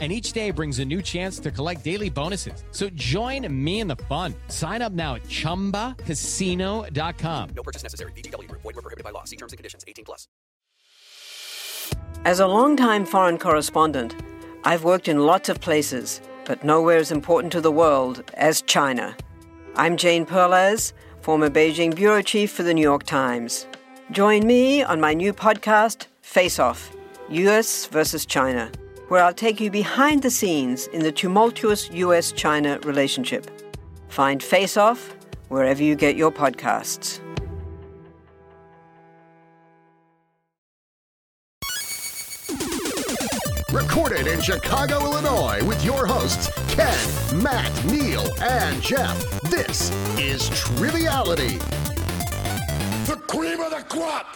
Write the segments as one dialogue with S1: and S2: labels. S1: And each day brings a new chance to collect daily bonuses. So join me in the fun. Sign up now at chumbacasino.com.
S2: No purchase necessary. VGW Group. Void were prohibited by law. See terms and conditions. 18 plus.
S3: As a longtime foreign correspondent, I've worked in lots of places, but nowhere as important to the world as China. I'm Jane Perlez, former Beijing bureau chief for the New York Times. Join me on my new podcast, Face Off US versus China, where I'll take you behind the scenes in the tumultuous US China relationship. Find Face Off wherever you get your podcasts.
S4: Recorded in Chicago, Illinois, with your hosts, Ken, Matt, Neil, and Jeff. This is Triviality. The cream of the crop!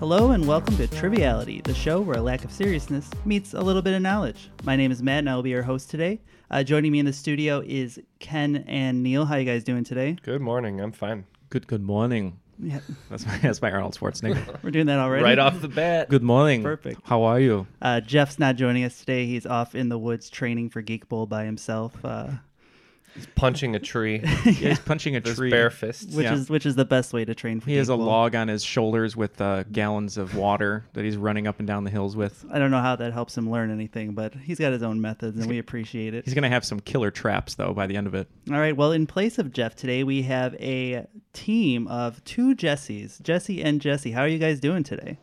S5: Hello and welcome to Triviality, the show where a lack of seriousness meets a little bit of knowledge. My name is Matt and I will be your host today. Uh, joining me in the studio is Ken and Neil. How you guys doing today?
S6: Good morning. I'm fine.
S7: Good good morning.
S5: Yeah,
S7: That's my that's my Arnold Schwarzenegger.
S5: we're doing that already.
S6: Right off the bat.
S7: good morning.
S5: Perfect.
S7: How are you?
S5: Uh, Jeff's not joining us today. He's off in the woods training for Geek Bowl by himself, uh,
S6: He's punching a tree.
S7: He's punching a
S6: Those
S7: tree.
S6: bare fists.
S5: which
S7: Yeah.
S5: is which is the best way to train for.
S7: He
S5: Geek
S7: has a
S5: Bowl.
S7: log on his shoulders with uh, gallons of water that he's running up and down the hills with.
S5: I don't know how that helps him learn anything, but he's got his own methods, and we appreciate it.
S7: He's gonna have some killer traps though by the end of it.
S5: All right. Well, in place of Jeff today, we have a team of two Jessies, Jesse and Jesse. How are you guys doing today?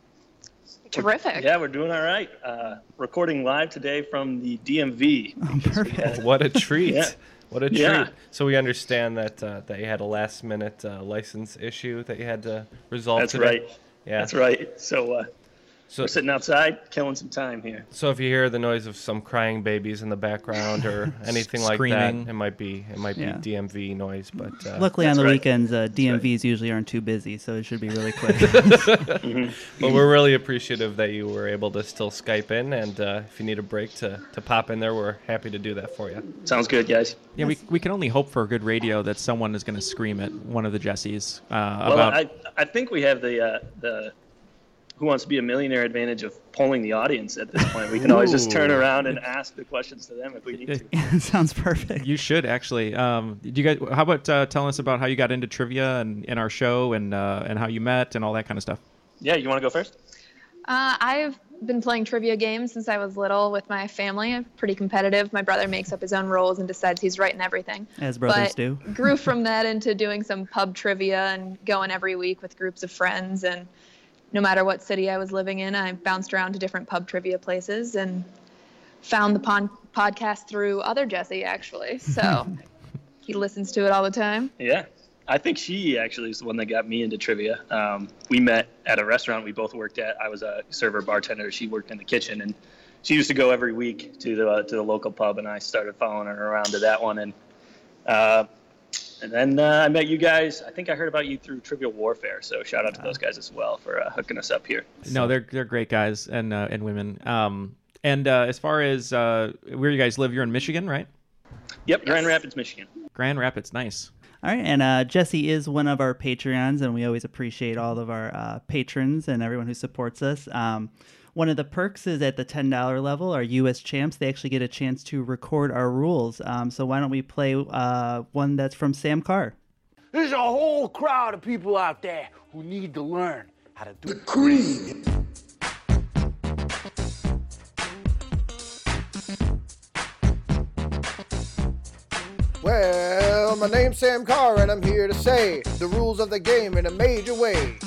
S8: Terrific.
S9: Yeah, we're doing all right. Uh, recording live today from the DMV.
S6: Oh,
S5: Perfect.
S6: What a treat.
S9: Yeah.
S6: What a treat.
S9: Yeah.
S6: So we understand that uh, that you had a last minute uh, license issue that you had to resolve
S9: That's
S6: today.
S9: right.
S6: Yeah.
S9: That's right. So uh,
S6: So,
S9: we're sitting outside, killing some time here.
S6: so if you hear the noise of some crying babies in the background or anything like that,
S7: Screaming.
S6: it might be it might
S5: Yeah.
S6: be DMV noise, but uh,
S5: Luckily, on
S9: That's
S5: the
S9: right.
S5: weekends, uh, DMVs usually aren't too busy, so it should be really quick.
S6: but we're really appreciative that you were able to still Skype in, and uh, if you need a break to, to pop in there, we're happy to do that for you.
S9: Sounds good, guys.
S7: Yeah, we, we can only hope for good radio that someone is gonna scream at one of the Jessies uh,
S9: Well,
S7: about
S9: I, I think we have the uh, the Who Wants to Be a Millionaire advantage of polling the audience at this point. We can always just turn around and ask the questions to them if we need to.
S5: Sounds perfect.
S7: You should actually. Um, do you guys? How about uh, telling us about how you got into trivia and, and our show and uh, and how you met and all that kind of stuff?
S9: Yeah, you want to go first?
S8: Uh, I've been playing trivia games since I was little with my family. I'm pretty competitive. My brother makes up his own rules and decides he's right in everything.
S5: As brothers
S8: But
S5: do.
S8: grew from that into doing some pub trivia and going every week with groups of friends. And no matter what city I was living in, I bounced around to different pub trivia places and found the pon- podcast through other Jesse, actually. So he listens to it all the time.
S9: Yeah. I think she actually is the one that got me into trivia. Um, we met at a restaurant we both worked at. I was a server bartender. She worked in the kitchen, and she used to go every week to the uh, to the local pub, and I started following her around to that one, and uh, and then uh, I met you guys. I think I heard about you through Trivial Warfare. So shout out to those guys as well for uh, hooking us up here.
S7: No, they're they're great guys and uh, and women. Um, and uh, as far as uh, where you guys live, you're in Michigan, right?
S9: Yep, Grand Rapids, Michigan.
S7: Grand Rapids, nice.
S5: All right, and uh, Jesse is one of our Patreons, and we always appreciate all of our uh, patrons and everyone who supports us. Um, one of the perks is at the ten dollar level, our U.S. champs they actually get a chance to record our rules. Um, so why don't we play uh, one that's from Sam Carr?
S10: There's a whole crowd of people out there who need to learn how to do
S4: Cream! Well, my name's Sam Carr, and I'm here to say the rules of the game in a major way.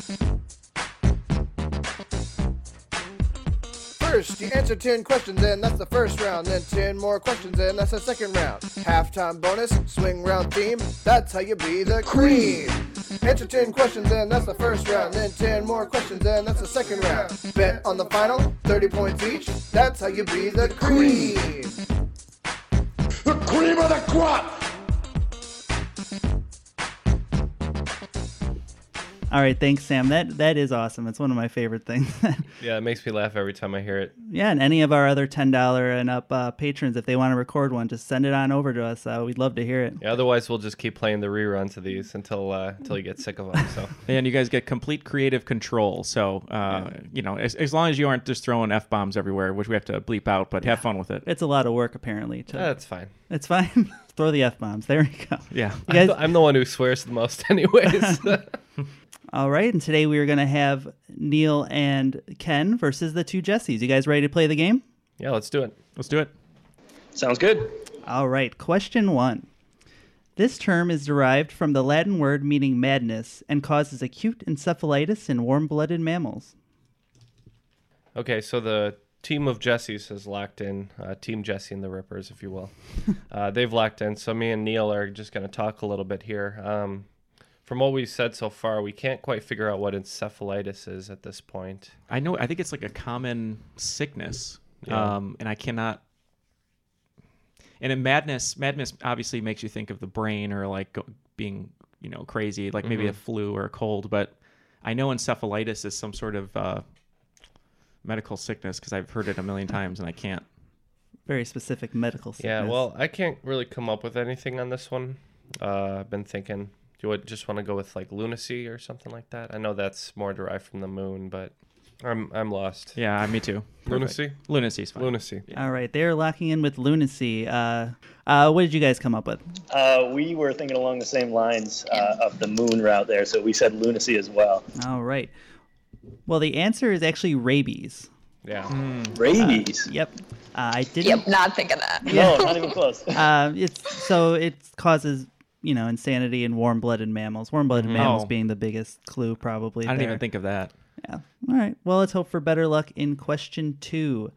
S4: First, you answer 10 questions, and that's the first round. Then 10 more questions, and that's the second round. Halftime bonus, swing round theme, that's how you be the cream. Answer 10 questions, and that's the first round. Then 10 more questions, and that's the second round. Bet on the final, 30 points each, that's how you be the cream. the cream of the crop.
S5: All right, thanks, Sam. That that is awesome. It's one of my favorite things.
S6: Yeah, it makes me laugh every time I hear it.
S5: yeah, and any of our other ten dollar and up uh, patrons, if they want to record one, just send it on over to us. Uh, we'd love to hear it.
S6: Yeah, otherwise, we'll just keep playing the reruns of these until uh, until you get sick of them. So
S7: and you guys get complete creative control. So, uh, you know, as, as long as you aren't just throwing f bombs everywhere, which we have to bleep out, but have fun with it.
S5: It's a lot of work, apparently. To,
S6: That's fine.
S5: It's fine. Throw the f bombs. There we go.
S7: Yeah.
S5: You guys,
S6: I'm, the, I'm the one who swears the most, anyways.
S5: all right. And today we are going to have Neil and Ken versus the two Jessies. You guys ready to play the game?
S6: yeah, let's do it.
S7: Let's do it.
S11: Sounds good.
S5: All right, question one. This term is derived from the Latin word meaning madness and causes acute encephalitis in warm blooded mammals.
S6: Okay, so the team of Jesse's has locked in, uh, Team Jesse and the Rippers, if you will. uh, they've locked in. So me and Neil are just going to talk a little bit here. Um, from what we've said so far, we can't quite figure out what encephalitis is at this point.
S7: I know. I think it's like a common sickness,
S6: Yeah.
S7: um, and I cannot. And in madness, madness obviously makes you think of the brain or like go, being, you know, crazy, like maybe a
S6: Mhm.
S7: flu or a cold. But I know encephalitis is some sort of uh, medical sickness because I've heard it a million times and I can't.
S5: Very specific medical sickness.
S6: Yeah, well, I can't really come up with anything on this one. Uh, I've been thinking, do you just want to go with like lunacy or something like that? I know that's more derived from the moon, but I'm I'm lost.
S7: Yeah, me too.
S6: Lunacy?
S7: Lunacy is fine.
S6: Lunacy.
S5: All right, they're locking in with lunacy. Uh, uh, what did you guys come up with?
S11: Uh, we were thinking along the same lines uh, of the moon route there, so we said lunacy as well.
S5: All right. Well, the answer is actually rabies.
S6: Yeah.
S7: Mm.
S11: Rabies.
S5: yep. Uh, I didn't.
S8: Yep, not thinking that.
S11: No, not even close.
S5: uh, it's so it causes you know insanity in warm-blooded mammals. Warm-blooded
S7: Mhm.
S5: mammals
S7: Oh.
S5: being the biggest clue, probably.
S7: I didn't even
S5: there.
S7: think of that.
S5: All right. Well, let's hope for better luck in question two.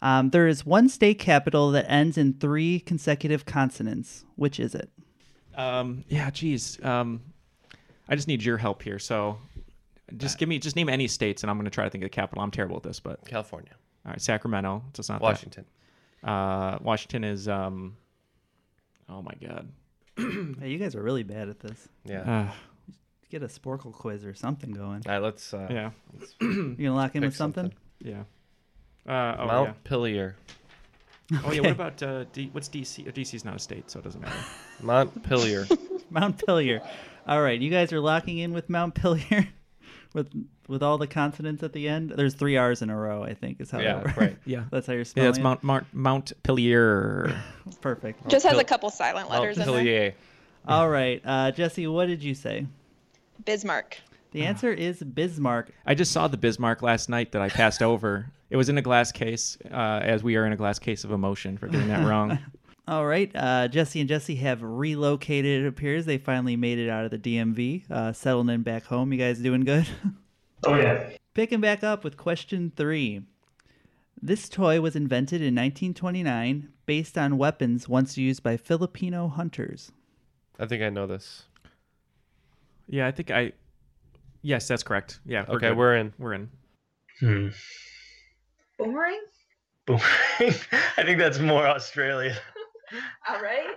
S5: Um, there is one state capital that ends in three consecutive consonants. Which is it?
S7: Um, yeah, geez. Um, I just need your help here. So just give me, just name any states and I'm going to try to think of the capital. I'm terrible at this, but.
S6: California.
S7: All right, Sacramento. So it's not that.
S6: Washington.
S7: Uh, Washington is, um, oh my God. Hmm.
S5: Hey, you guys are really bad at this.
S6: Yeah.
S7: Ah.
S5: Get a Sporkle quiz or something going.
S6: All right, let's. Uh,
S7: Yeah.
S6: let's-
S5: You gonna lock in
S6: pick
S5: with something?
S7: Yeah. Uh, oh,
S6: Mount
S7: yeah.
S6: Pillier.
S7: Oh, yeah. What about, uh, D- what's DC? Uh, DC's not a state, so it doesn't matter.
S6: Mount Pillier.
S5: Mount Pillier. All right, you guys are locking in with Mount Pillier, with with all the consonants at the end. There's three R's in a row, I think, is how
S6: Yeah,
S7: Oh.
S5: that works.
S6: right.
S7: Yeah.
S5: that's how you're
S7: yeah,
S5: spelling.
S7: it's Mount, Mount, Mount Pillier.
S5: it. Perfect.
S8: Just has a couple silent letters in there.
S5: All right, uh, Jesse, what did you say?
S8: Bismarck.
S5: The answer is Bismarck.
S7: I just saw the Bismarck last night that I passed over. It was in a glass case, uh, as we are in a glass case of emotion for getting that wrong.
S5: All right, uh, Jesse and Jesse have relocated. It appears they finally made it out of the DMV, uh, settling in back home. You guys doing good?
S9: Oh, yeah.
S5: Picking back up with question three. This toy was invented in 1929 based on weapons once used by Filipino hunters.
S6: I think I know this.
S7: Yeah, I think I. Yes, that's correct. Yeah.
S6: Okay,
S7: good.
S6: we're in.
S7: We're in.
S9: Hmm.
S8: Boomerang?
S9: Boomerang. I think that's more Australia.
S8: All right.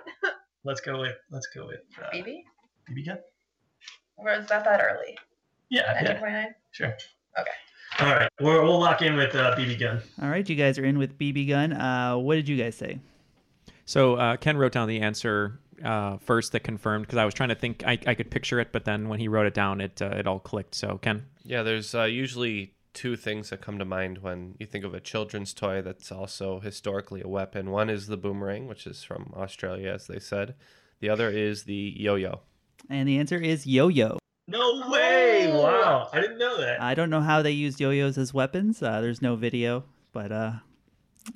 S9: Let's go with. Let's go with. Uh,
S8: Maybe?
S9: BB gun.
S8: Or is that that early?
S9: Yeah. Yeah.
S8: 19.9?
S9: Sure. Okay. All right. We're, we'll lock in with uh, BB gun.
S5: All right, you guys are in with BB Gun. Uh, what did you guys say?
S7: So uh, Ken wrote down the answer uh, first that confirmed because I was trying to think I, I could picture it, but then when he wrote it down, it uh, it all clicked. So Ken,
S6: Yeah, there's uh, usually two things that come to mind when you think of a children's toy that's also historically a weapon. One is the boomerang, which is from Australia, as they said. The other is the yo-yo.
S5: And the answer is yo yo.
S9: No way!
S4: Oh!
S9: Wow. I didn't know that.
S5: I don't know how they used yo yo's as weapons. Uh, there's no video, but uh,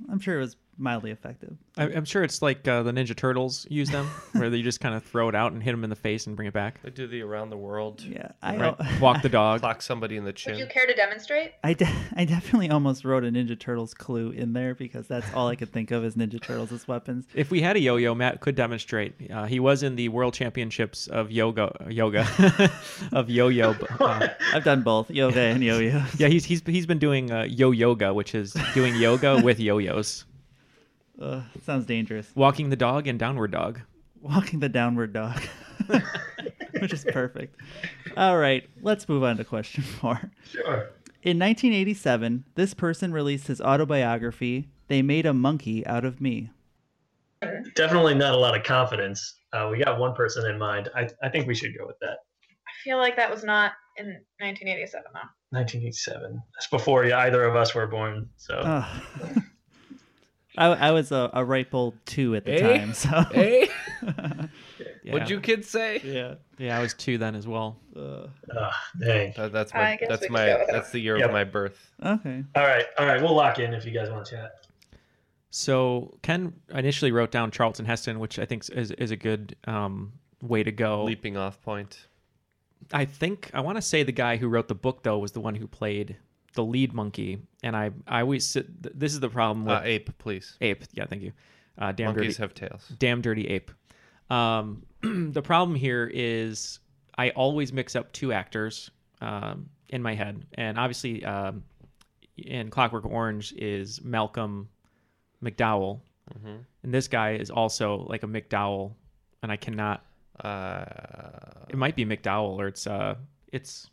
S5: I'm sure it was mildly effective.
S7: I, I'm sure it's like uh, the Ninja Turtles use them, where they just kind of throw it out and hit them in the face and bring it back.
S6: They do the around the world.
S5: Yeah, I
S7: Right? Walk the dog.
S6: Clock somebody in the chin.
S8: Would you care to demonstrate?
S5: I, de- I definitely almost wrote a Ninja Turtles clue in there because that's all I could think of is Ninja Turtles as weapons.
S7: If we had a yo-yo, Matt could demonstrate. Uh, he was in the World Championships of yoga, yoga, of yo-yo. Uh,
S5: I've done both yoga and yo yo.
S7: yeah, he's he's he's been doing uh, yo yoga, which is doing yoga with yo-yos.
S5: Ugh, sounds dangerous.
S7: Walking the dog and downward dog.
S5: Walking the downward dog, which is perfect. All right, let's move on to question four.
S9: Sure.
S5: In 1987, this person released his autobiography, They Made a Monkey Out of Me.
S9: Definitely not a lot of confidence. Uh, we got one person in mind. I, I think we should go with that.
S4: I feel like that was not in 1987 though.
S9: 1987. That's before either of us were born. So
S5: Ugh. I, I was a, a ripe old two at the
S6: Eh?
S5: time, so
S6: Eh?
S5: Yeah.
S6: What'd you kids say?
S7: Yeah. Yeah, I was two then as well.
S9: dang.
S6: That- Uh, that's
S9: I
S6: my.
S9: guess we
S6: That's
S9: can go
S6: my.
S9: with that
S6: That's the year
S9: Yep.
S6: of my birth.
S5: Okay.
S9: All right. All right. We'll lock in if you guys want to chat.
S7: So Ken initially wrote down Charlton Heston, which I think is is a good um, way to go.
S6: Leaping off point.
S7: I think I want to say the guy who wrote the book though was the one who played the lead monkey, and I I always sit, th- this is the problem with
S6: Uh, ape, please.
S7: ape. Yeah, thank you. Uh, damn
S6: Monkeys
S7: dirty,
S6: have tails.
S7: Damn dirty ape. Um, the problem here is I always mix up two actors um, in my head, and obviously um, in Clockwork Orange is Malcolm McDowell,
S6: Mhm.
S7: and this guy is also like a McDowell, and I cannot.
S6: Uh,
S7: it might be McDowell or it's uh, it's.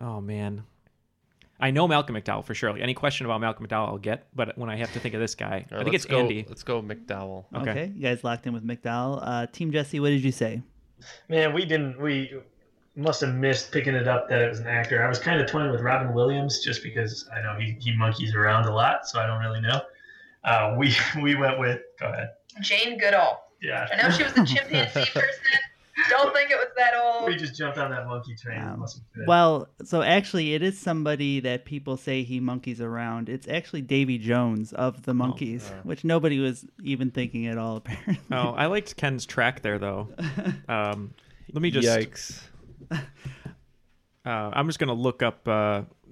S7: Oh man, I know Malcolm McDowell for sure. Like, any question about Malcolm McDowell, I'll get. But when I have to think of this guy,
S6: All
S7: I
S6: right,
S7: think
S6: let's
S7: it's
S6: go-
S7: Andy.
S6: Let's go McDowell.
S5: Okay. you guys locked in with McDowell. Uh, Team Jesse, what did you say?
S9: Man, we didn't. We must have missed picking it up that it was an actor. I was kind of toying with Robin Williams just because I know he, he monkeys around a lot, so I don't really know. Uh, we we went with. Go ahead.
S4: Jane Goodall.
S9: Yeah.
S4: I know she was a chimpanzee person. Don't think it was that old.
S9: We just jumped on that monkey train. It must have been-
S5: Um, Well, so actually, it is somebody that people say he monkeys around. It's actually Davy Jones of the Monkeys, which nobody was even thinking at all, apparently.
S7: Oh, I liked Ken's track there though. Um, let me just.
S6: Yikes.
S7: Uh, I'm just gonna look up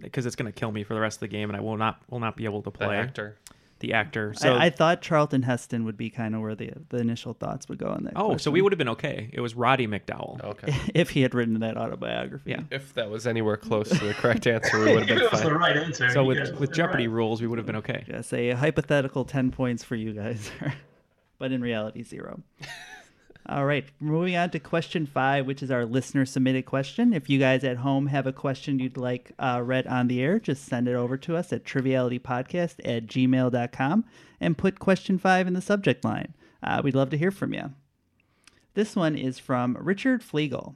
S7: because it's gonna kill me for the rest of the game, and I will not will not be able to play
S6: actor.
S7: The actor.
S5: I-
S7: So
S5: I, thought Charlton Heston would be kind of where the, the initial thoughts would go on that.
S7: oh, so we would have been okay. It was Roddy McDowell.
S6: Okay.
S5: If he had written that autobiography. Yeah.
S6: If that was anywhere cose to the correct answer, we would have
S9: It
S6: been
S9: was
S6: fine.
S9: the right answer.
S7: So
S9: You
S7: with
S9: guys
S7: with
S9: did
S7: Jeopardy
S9: right.
S7: rules, we would have been okay.
S5: Yes, a hypothetical 10 points for you guys, but in reality, zero. All right, moving on to question five, which is our listener submitted question. If you guys at home have a question you'd like uh, read on the air, just send it over to us at trivialitypodcast at gmail.com and put question five in the subject line. Uh, we'd love to hear from you. This one is from Richard Flegel.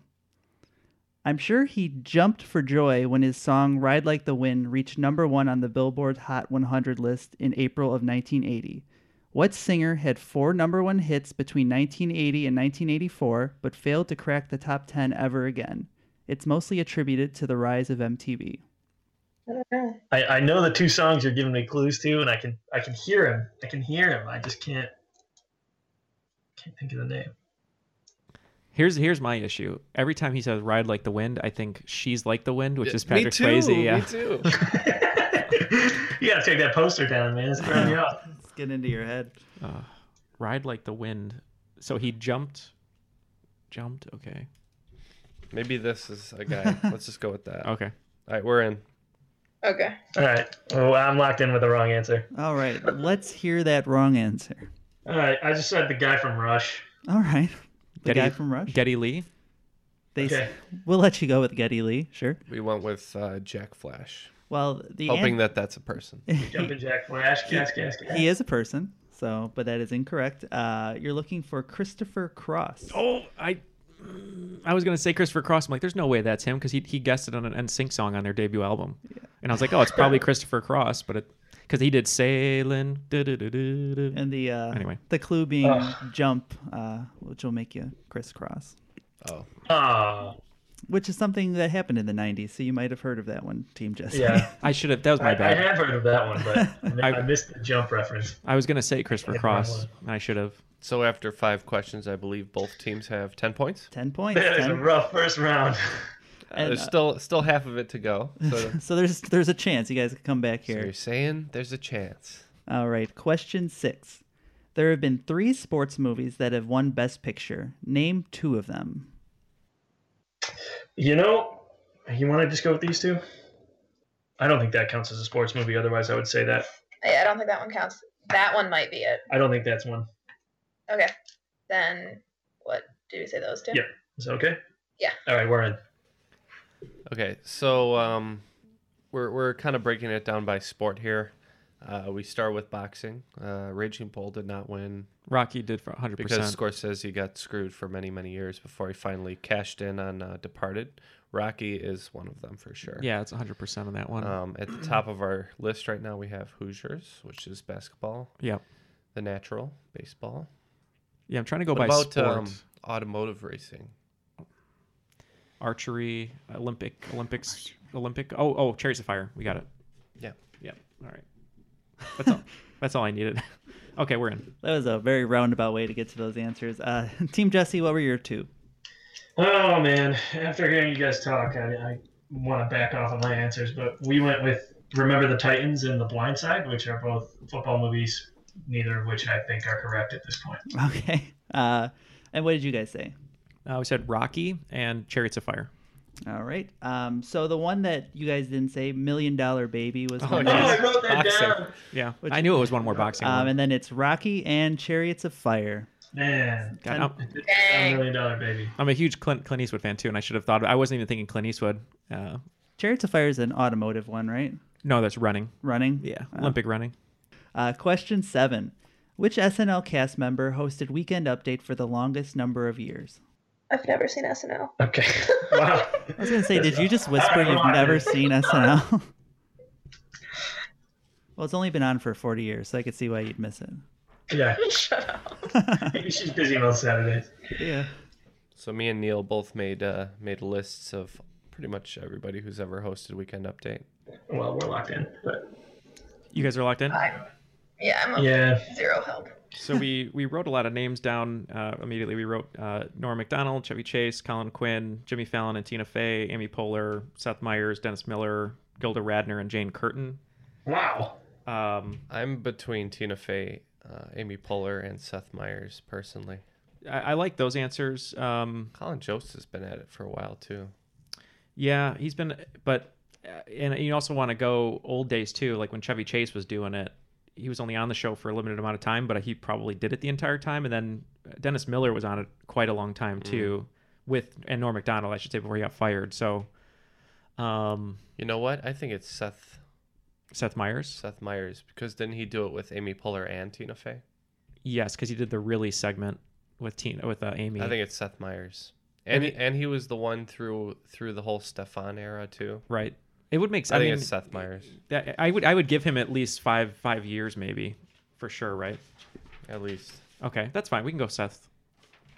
S5: I'm sure he jumped for joy when his song Ride Like the Wind reached number one on the Billboard Hot 100 list in April of 1980. What singer had four number one hits between 1980 and 1984 but failed to crack the top 10 ever again? It's mostly attributed to the rise of MTV.
S9: I, I know the two songs you're giving me clues to, and I can I can hear him. I can hear him. I just can't can't think of the name.
S7: Here's here's my issue. Every time he says "ride like the wind," I think "she's like the wind," which
S6: Yeah,
S7: is
S6: me
S7: Patrick Swayze.
S6: too, me
S7: Yeah.
S6: too.
S9: You gotta take that poster down, man. It's throwing me off.
S5: Let's get into your head.
S7: Uh, ride like the wind. So he jumped, jumped. Okay.
S6: Maybe this is a guy. Let's just go with that.
S7: Okay.
S6: All right, we're in.
S4: Okay.
S9: All right. Well, I'm locked in with the wrong answer.
S5: All right, let's hear that wrong answer.
S9: All right. I just said the guy from Rush.
S5: All right. The
S7: Geddy-
S5: guy from Rush?
S7: Geddy Lee.
S5: They s-
S9: Okay.
S5: We'll let you go with Getty Lee, sure.
S6: We went with uh, Jack Flash,
S5: Well, the
S6: hoping
S5: an-
S6: that that's a person.
S9: Jumping Jack Flash. Gas, gas, gas.
S5: He is a person, so but that is incorrect. Uh, you're looking for Christopher Cross.
S7: Oh, I I was gonna say Christopher Cross. I'm like, there's no way that's him because he he guessed it on an NSYNC song on their debut album, and I was like, oh, it's probably Christopher Cross, but it because he did sailing. du-du-du-du-du.
S5: And the uh,
S7: Anyway.
S5: the clue being jump, uh, which will make you crisscross,
S6: Oh,
S9: Oh.
S5: which is something that happened in the '90s. So you might have heard of that one, Team Jesse.
S9: Yeah.
S7: I should have. That was
S9: I,
S7: my
S9: I
S7: bad.
S9: have heard of that one, but I,
S7: I-
S9: missed the jump reference.
S7: I was gonna say Christopher
S9: Yeah,
S7: Cross,
S9: probably.
S7: and I should have.
S6: so after five questions, I believe both teams have ten points.
S5: Ten points.
S9: That is a
S5: 10.
S9: rough first round.
S6: Uh,
S5: And,
S6: there's
S5: uh,
S6: still still half of it to go. So, so
S5: So there's there's a chance you guys could come back here.
S6: you're saying there's a chance.
S5: All right. Question six. There have been three sports movies that have won Best Picture. Name two of them.
S9: You know, you want to just go with these two? I don't think that counts as a sports movie. Otherwise, I would say that.
S4: Yeah, I don't think that one counts. that one might be it.
S9: I don't think that's one.
S4: Okay. Then what did we say those two?
S9: Yeah. Is that okay?
S4: Yeah.
S9: All right, we're in.
S6: Okay, so um, we're we're kind of breaking it down by sport here. Uh, we start with boxing. Uh, Raging Bull did not win.
S7: Rocky did for 100%.
S6: because Scorsese got screwed for many many years before he finally cashed in on uh, Departed. Rocky is one of them for sure.
S7: Yeah, it's 100% on that one.
S6: Um, at the top of our list right now, we have Hoosiers, which is basketball.
S7: Yep.
S6: The Natural, baseball.
S7: Yeah, I'm trying to go
S6: What
S7: by
S6: about,
S7: sport.
S6: um, automotive racing.
S7: Archery, Olympic, Olympics, Olympic. Oh, oh, Chariots of Fire. We got it.
S6: Yeah.
S7: Yeah. All right. That's all. That's all I needed. okay, we're in.
S5: That was a very roundabout way to get to those answers. Uh, Team Jesse, what were your two?
S9: Oh man! After hearing you guys talk, I, I want to back off on my answers, but we went with Remember the Titans and The Blind Side, which are both football movies, neither of which I think are correct at this point.
S5: Okay. Uh, and what did you guys say?
S7: Uh, we said Rocky and Chariots of Fire.
S5: All right. Um, so the one that you guys didn't say, Million Dollar Baby, was. one of
S7: yeah. Oh,
S5: these.
S7: I wrote that Boxing. down. Yeah, I knew it was one more boxing
S5: Um,
S7: one.
S5: and then it's Rocky and Chariots of Fire.
S9: Man,
S7: God, I'm-
S9: a million dollar baby.
S7: I'm a huge Clint, Clint Eastwood fan too, and I should have thought. I wasn't even thinking Clint Eastwood. Uh,
S5: Chariots of Fire is an automotive one, right?
S7: no, that's running.
S5: Running.
S7: Yeah,
S5: Oh.
S7: Olympic running.
S5: Uh, question seven: Which SNL cast member hosted Weekend Update for the longest number of years?
S4: I've never seen SNL.
S5: I was gonna say, did you just whisper you've never seen SNL? well, it's only been on for 40 years, so I could see why you'd miss it.
S9: Yeah. Shut up. She's busy on Saturdays.
S5: Yeah.
S6: So me and Neil both made uh, made lists of pretty much everybody who's ever hosted Weekend Update.
S9: Well, we're locked in, but
S7: You guys are locked in.
S4: Yeah,
S9: Oh.
S4: I'm a
S6: Yeah.
S4: zero help.
S7: so we we wrote a lot of names down uh, immediately. We wrote uh, Norm Macdonald, Chevy Chase, Colin Quinn, Jimmy Fallon, and Tina Fey, Amy Poehler, Seth Meyers, Dennis Miller, Gilda Radner, and Jane Curtin.
S9: Wow.
S7: Um,
S6: I'm between Tina Fey, uh, Amy Poehler, and Seth Meyers personally.
S7: I, I like those answers. Um,
S6: Colin Jost has been at it for a while too.
S7: Yeah, he's been, but uh, and you also want to go old days too, like when Chevy Chase was doing it. He was only on the show for a limited amount of time, but he probably did it the entire time. And then uh, Dennis Miller was on it quite a long
S6: Mm.
S7: time too, with and Norm Macdonald, I should say, before he got fired. So, um,
S6: You know what? I think it's Seth
S7: Seth Meyers,
S6: Seth Meyers because didn't he do it with Amy Poehler and Tina Fey?
S7: yes, because he did the really segment with Tina with uh, Amy.
S6: I think it's Seth Meyers.
S7: I
S6: And
S7: mean-
S6: and he was the one through through the whole Stefan era too.
S7: right. It would make sense.
S6: I, think it's Seth Meyers.
S7: That, I would I would give him at least five five years maybe, for sure, right?
S6: At least.
S7: Okay, that's fine. We can go Seth.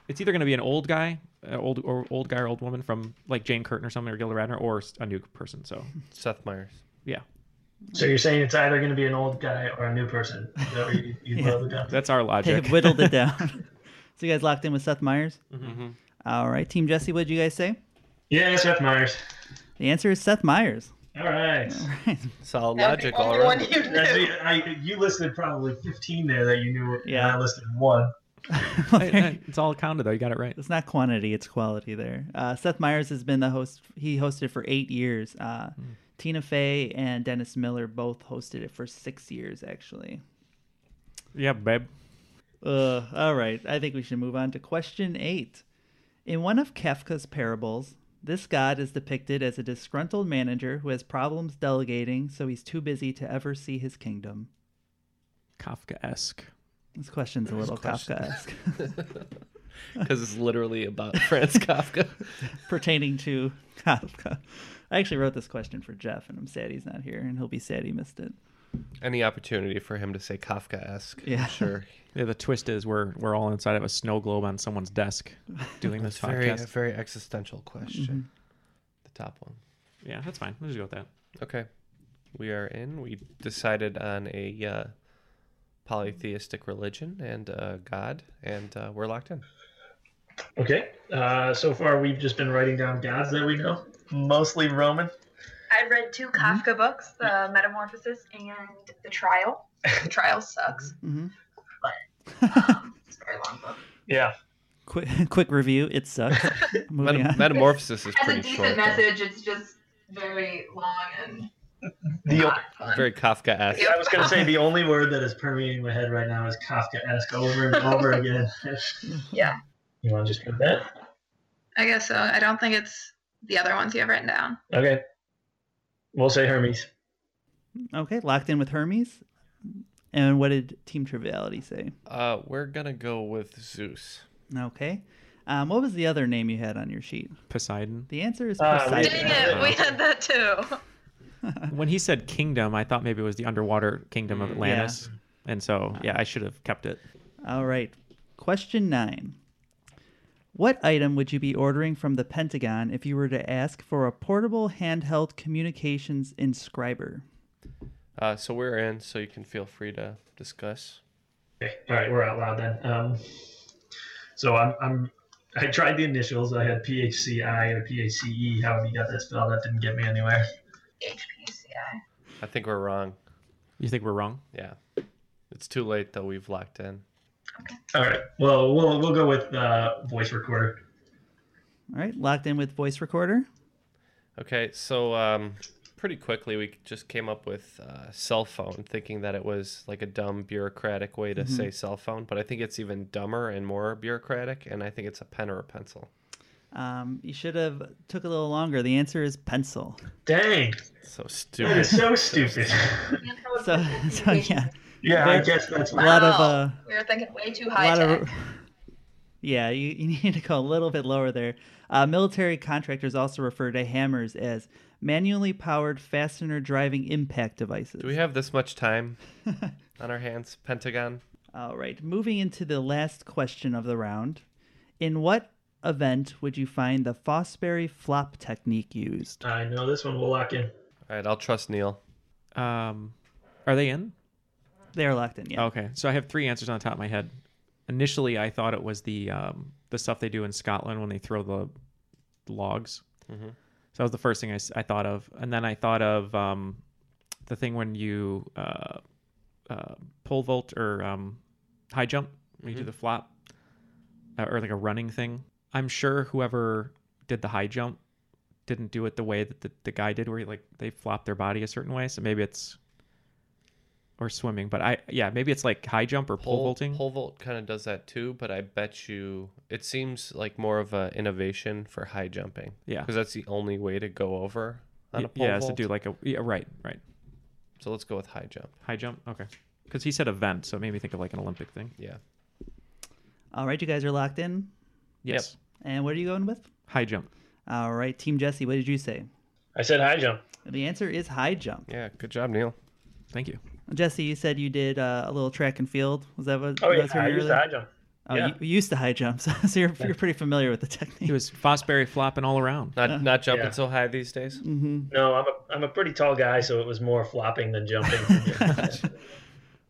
S7: It's either going to be an old guy, uh, old or old guy or old woman from like Jane Curtin or something, or Gilda Radner, or s- a new person. So
S6: Seth Meyers.
S7: yeah,
S9: So you're saying it's either going to be an old guy or a new person? Is that what you, you
S5: Yeah.
S9: boiled it down?
S7: that's our
S5: They
S7: logic.
S5: whittled it down. so you guys locked in with Seth Meyers?
S7: Mm-hmm.
S6: Mhm.
S5: All right, Team Jesse, what did you guys say?
S9: Yeah, Seth Meyers.
S5: The answer is Seth Meyers.
S9: All right.
S6: Solid
S4: That's the
S6: logic, all
S4: only
S6: right.
S4: one you
S9: That's
S4: knew.
S9: it. I, you listed probably 15 there that you knew. Yeah.
S5: Yeah.
S9: I listed one.
S7: Hey, hey, it's all counted though. You got it right.
S5: It's not quantity, it's quality there. Uh, Seth Meyers has been the host. He hosted for eight years. Uh,
S7: Hmm.
S5: Tina Fey and Dennis Miller both hosted it for six years, actually.
S7: Yeah, babe.
S5: Uh, all right, I think we should move on to question eight. In one of Kafka's parables, this god is depicted as a disgruntled manager who has problems delegating, so he's too busy to ever see his kingdom.
S7: Kafka esque.
S5: This question's a little
S6: question.
S5: Kafka-esque,
S6: Because it's literally about Franz Kafka.
S5: pertaining to Kafka. I actually wrote this question for Jeff, and I'm sad he's not here, and he'll be sad he missed it.
S6: Any opportunity for him to say Kafka esque,
S5: Yeah.
S6: I'm sure.
S7: Yeah, the twist is we're we're all inside of a snow globe on someone's desk doing this
S6: It's very, a
S7: podcast.
S6: very existential question. The top one.
S7: Yeah, that's fine. We'll just go with that.
S6: Okay. We are in. We decided on a uh, polytheistic religion and uh, God, and uh, we're locked in.
S9: Okay. Uh, so far, we've just been writing down gods that we know, mostly Roman.
S4: I read two Kafka books, The Metamorphosis and The Trial. The Trial sucks,
S5: Mm-hmm.
S4: but um, it's a very long book.
S9: Yeah.
S5: Quick, quick review. It sucks. Moving
S6: Meta-
S5: on.
S6: Metamorphosis is
S4: As a
S6: pretty
S4: decent
S6: short. though.
S4: message, it's just very long and
S9: The
S6: Very Kafka-esque.
S9: I was going to say the only word that is permeating my head right now is Kafka-esque over and over again.
S4: Yeah.
S9: you want to just put that?
S4: I guess so. I don't think it's the other ones you have written down.
S9: Okay. We'll say Hermes.
S5: Okay, locked in with Hermes. And what did Team Triviality say?
S6: Uh, we're gonna go with Zeus.
S5: Okay. Um, what was the other name you had on your sheet?
S7: Poseidon.
S5: The answer is
S7: Ah,
S5: Poseidon.
S7: we-
S4: Dang it, we had that too.
S7: when he said kingdom, I thought maybe it was the underwater kingdom of Atlantis. And so, yeah, I should have kept it.
S5: All right. Question nine. What item would you be ordering from the Pentagon if you were to ask for a portable handheld communications inscriber?
S6: Uh, so we're in, so you can feel free to discuss.
S9: Okay. All right, we're out loud then. Um, so I'm, I'm I tried the initials. I had PHCI or PHCE. E, However you got that spelled, that didn't get me anywhere.
S4: HPCI.
S6: I think we're wrong.
S7: You think we're wrong?
S6: Yeah. It's too late though. We've locked in.
S9: All right. Well, we'll we'll go with uh, voice recorder.
S5: All right, locked in with voice recorder.
S6: Okay, so um, pretty quickly we just came up with uh, cell phone, thinking that it was like a dumb bureaucratic way to
S7: Mm-hmm.
S5: Mhm.
S6: say cell phone, but I think it's even dumber and more bureaucratic, and I think it's a pen or a pencil.
S5: Um, you should have took a little longer. The answer is pencil.
S9: Dang.
S6: So stupid.
S9: That is so stupid.
S5: So, so yeah.
S9: Yeah, I
S5: Very-
S9: guess that's
S5: a lot of
S4: Wow.
S5: uh,
S4: we were thinking way too
S5: a
S4: high
S5: lot
S4: tech.
S5: of. Yeah, you, you need to go a little bit lower there. Uh, military contractors also refer to hammers as manually powered fastener driving impact devices.
S6: Do we have this much time on our hands, Pentagon?
S5: All right, moving into the last question of the round. In what event would you find the Fosbury flop technique used?
S9: I know this one. We'll lock in.
S6: All right, I'll trust Neil.
S7: Um, are they in?
S5: They are locked in, yeah.
S6: Oh.
S7: Okay, so I have three answers on the top of my head. Initially, I thought it was the um, the stuff they do in Scotland when they throw the logs.
S6: Mhm.
S7: So that was the first thing I, s- I thought of, and then I thought of um, the thing when you uh, uh, pole vault or um, high jump, when
S6: Mm-hmm.
S7: you do the flop, uh, or like a running thing. I'm sure whoever did the high jump didn't do it the way that the, the guy did, where he, like they flopped their body a certain way. So maybe it's or swimming, but I yeah maybe it's like high jump or pole,
S6: Pole-
S7: vaulting.
S6: Pole vault kind of does that too, but I bet you it seems like more of an innovation for high jumping.
S7: Yeah.
S6: because that's the only way to go over on
S7: Y-
S6: a pole
S7: yeah,
S6: vault.
S7: so do like a yeah, right, right.
S6: So let's go with high jump.
S7: High jump, okay. Because he said event, so it made me think of like an Olympic thing.
S6: Yeah.
S5: All right, you guys are locked in.
S7: Yes.
S5: And what are you going with?
S7: High jump.
S5: All right, Team Jesse, what did you say?
S9: I said high jump.
S5: The answer is high jump.
S6: Yeah, good job, Neil.
S7: Thank you.
S5: Jesse, you said you did uh, a little track and field. Was that what?
S9: Oh yeah,
S5: that's what
S9: I
S5: you
S9: used
S5: were-
S9: the high jump.
S5: Oh,
S9: yeah.
S5: you, you used to high jump, so, so you're, you're pretty familiar with the technique.
S7: He was Fosbury flopping all around.
S6: Not not jumping
S9: Yeah.
S6: so high these days.
S5: Mm-hmm.
S9: No, I'm a I'm a pretty tall guy, so it was more flopping than jumping.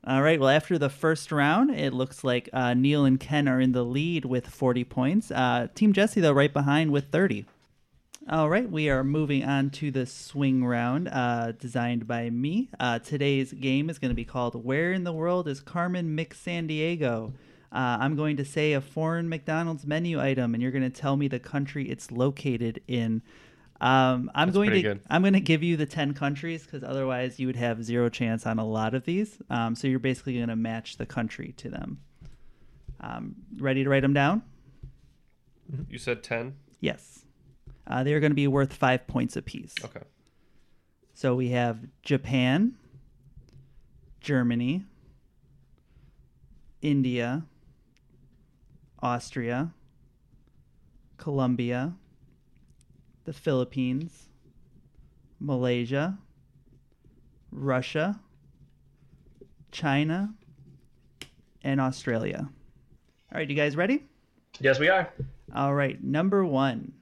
S5: All right. Well, after the first round, it looks like uh, Neil and Ken are in the lead with 40 points. Uh, Team Jesse, though, right behind with 30. All right. We are moving on to the swing round uh, designed by me. Uh, today's game is going to be called Where in the World is Carmen Mick San Diego? Uh, I'm going to say a foreign McDonald's menu item, and you're going to tell me the country it's located in. Um, I'm
S6: That's
S5: going to
S6: pretty good.
S5: I'm going to give you the 10 countries because otherwise you would have zero chance on a lot of these. Um, so you're basically going to match the country to them. Um, ready to write them down?
S6: You said ten.
S5: Yes. Uh, they are going to be worth five points apiece.
S6: Okay.
S5: So we have Japan, Germany, India, Austria, Colombia, the Philippines, Malaysia, Russia, China, and Australia. All right, you guys ready?
S9: yes, we are.
S5: All right, number one,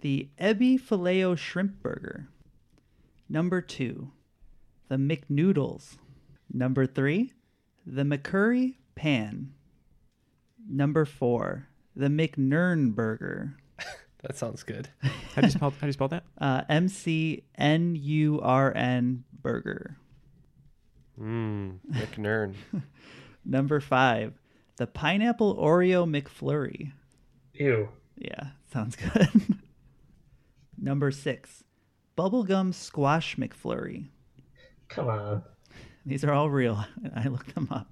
S5: the Ebby Fileo Shrimp Burger. Number two, the McNoodles. Number three, the McCurry Pan. Number four, the McNern Burger.
S6: That sounds good.
S7: How do you spell how do you spell that?
S5: Uh, M C N U R N Burger.
S6: Mmm. McNern.
S5: Number five, the Pineapple Oreo McFlurry.
S9: Ew.
S5: Yeah, sounds good. Number six, bubblegum squash McFlurry.
S9: Come on.
S5: These are all real. I looked them up.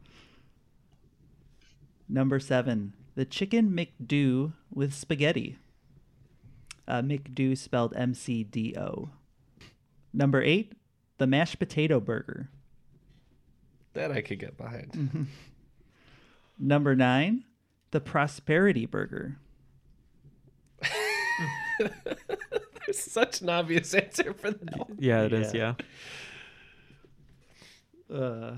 S5: Number seven, the chicken McDo with spaghetti. Uh, McDo spelled M C D O. Number eight, the mashed potato burger.
S6: That I could get behind.
S5: Mhm. Number nine, the prosperity burger.
S6: There's such an obvious answer for that one.
S7: Yeah, it is. Yeah.
S5: Uh,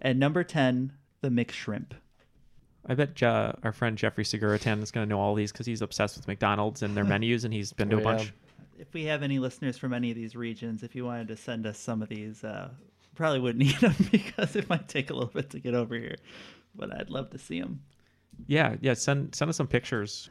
S5: and number ten, the McShrimp.
S7: I bet Je- our friend Jeffrey Segura Tan is going to know all these because he's obsessed with McDonald's and their menus, and he's been to a bunch.
S5: If we have any listeners from any of these regions, if you wanted to send us some of these, uh, probably wouldn't need them because it might take a little bit to get over here. But I'd love to see them.
S7: Yeah, yeah. Send send us some pictures.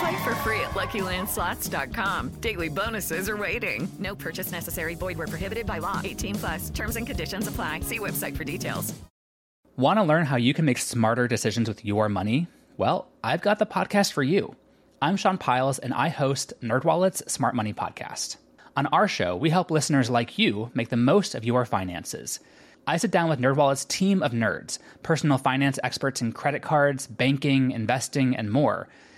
S12: Play for free at LuckyLandSlots.com. Daily bonuses are waiting. No purchase necessary. Void were prohibited by law. 18 plus. Terms and conditions apply. See website for details.
S13: Want to learn how you can make smarter decisions with your money? Well, I've got the podcast for you. I'm Sean Piles and I host NerdWallet's Smart Money Podcast. On our show, we help listeners like you make the most of your finances. I sit down with NerdWallet's team of nerds, personal finance experts in credit cards, banking, investing, and more.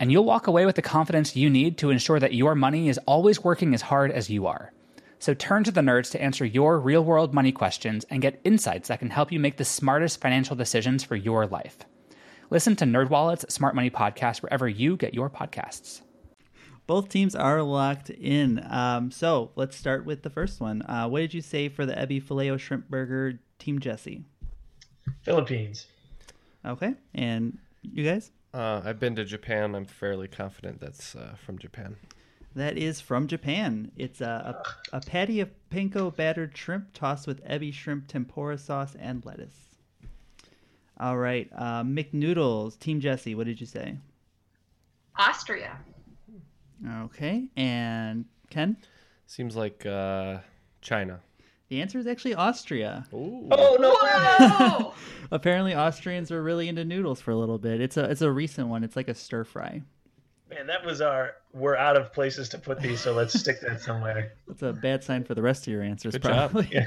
S13: And you'll walk away with the confidence you need to ensure that your money is always working as hard as you are. So turn to the nerds to answer your real world money questions and get insights that can help you make the smartest financial decisions for your life. Listen to NerdWallet's Smart Money Podcast wherever you get your podcasts.
S5: Both teams are locked in. Um, so let's start with the first one. Uh, what did you say for the Ebby Fileo Shrimp Burger, Team Jesse?
S9: Philippines.
S5: Okay. And you guys?
S6: Uh, I've been to Japan. I'm fairly confident that's uh, from Japan.
S5: That is from Japan. It's a, a, a patty of panko battered shrimp tossed with ebi shrimp tempura sauce and lettuce. All right, uh, McNoodles, Team Jesse. What did you say?
S4: Austria.
S5: Okay, and Ken.
S6: Seems like uh, China.
S5: The answer is actually Austria.
S9: Oh no!
S5: Apparently, Austrians were really into noodles for a little bit. It's a it's a recent one. It's like a stir fry.
S9: Man, that was our. We're out of places to put these, so let's stick that somewhere.
S5: That's a bad sign for the rest of your answers,
S9: Good job.
S5: probably.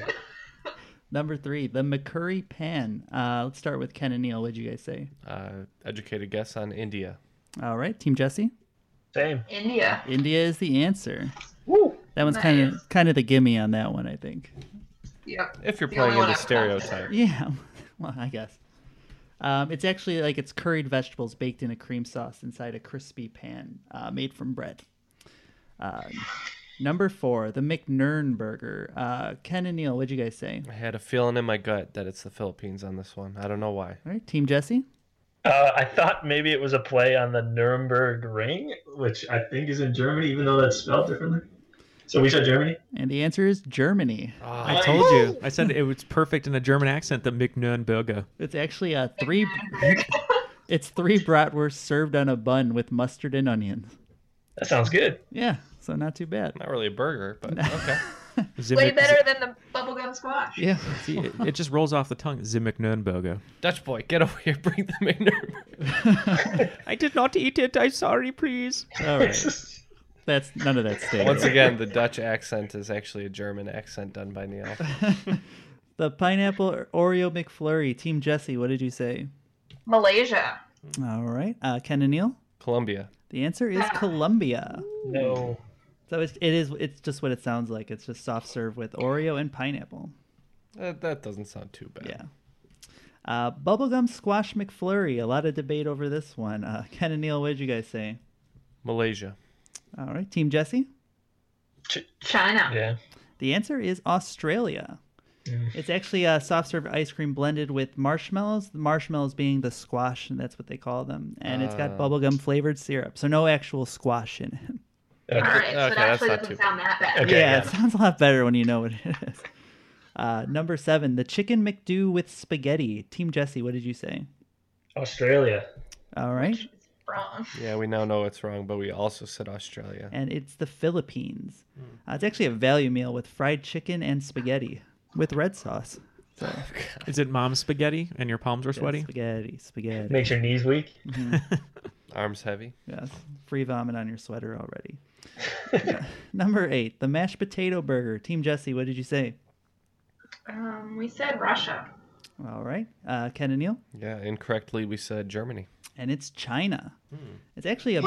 S5: Number three, the McCurry pan. Uh, let's start with Ken and Neil. What did you guys say?
S6: Uh, educated guess on India.
S5: All right, Team Jesse.
S9: Same.
S4: India.
S5: India is the answer.
S4: Woo!
S5: That one's kind of kind of the gimme on that one, I think.
S4: Yep.
S6: If you're
S4: The
S6: playing
S4: only one
S6: into
S4: I've got.
S6: stereotype.
S5: Yeah, well, I guess. Um, it's actually like it's curried vegetables baked in a cream sauce inside a crispy pan uh, made from bread. Uh, number four, the McNern burger. Uh, Ken and Neil, what'd you guys say?
S6: I had a feeling in my gut that it's the Philippines on this one. I don't know why.
S5: All right, Team Jesse.
S9: Uh, I thought maybe it was a play on the Nuremberg Ring, which I think is in Germany, even though that's spelled differently. So we said Germany.
S5: And the answer is Germany.
S6: Ah,
S7: I told you. I said it was perfect in a German accent. The McNernberger.
S5: It's actually a three. it's three bratwursts served on a bun with mustard and onions.
S9: That sounds good.
S5: Yeah, so not too bad.
S6: Not really a burger, but okay.
S4: Way better than the bubblegum squash.
S5: Yeah.
S7: See, it, it just rolls off the tongue. The McNernberger.
S6: Dutch boy, get over here. Bring the McNernberger.
S7: I did not eat it. I'm sorry, please.
S5: All right. That's none of that stayed.
S6: Once again, the Dutch accent is actually a German accent done by Neil.
S5: the pineapple Oreo McFlurry. Team Jesse, what did you say?
S4: Malaysia.
S5: All right, uh, Ken and Neil.
S6: Colombia.
S5: The answer is Colombia.
S9: No.
S5: So it's, it is. It's just what it sounds like. It's just soft serve with Oreo and pineapple.
S6: That, that doesn't sound too bad.
S5: Yeah. Uh, bubblegum squash McFlurry. A lot of debate over this one. Uh, Ken and Neil, what did you guys say?
S6: Malaysia.
S5: All right, Team Jesse.
S4: China.
S6: Yeah.
S5: The answer is Australia. It's actually a soft serve ice cream blended with marshmallows. The marshmallows being the squash, and that's what they call them. And it's got
S6: Ah.
S5: bubblegum flavored syrup, so no actual squash in it.
S6: Okay,
S9: Uh,
S4: All right, so
S6: okay,
S4: it actually
S6: that's not
S4: doesn't
S6: too-
S4: sound that bad.
S6: Okay,
S5: yeah,
S6: yeah.
S5: it sounds a lot better when you know what it is. Uh, number seven, the chicken McDo with spaghetti. Team Jesse, what did you say?
S9: Australia.
S5: All right.
S4: Wrong.
S6: Yeah, we now know it's wrong, but we also said Australia.
S5: And it's the Philippines. Uh, it's actually a value meal with fried chicken and spaghetti with red sauce. So,
S7: Is it mom's spaghetti and your palms are sweaty?
S5: Spaghetti, spaghetti.
S9: Makes your knees weak.
S6: Arms heavy.
S5: Yes. Free vomit on your sweater already. Yeah. Number eight, the mashed potato burger. Team Jesse, what did you say?
S4: Um, we said Russia.
S5: All right. Uh, Ken and Neil?
S6: Yeah, incorrectly we said Germany.
S5: And it's China.
S6: Hmm.
S5: It's actually a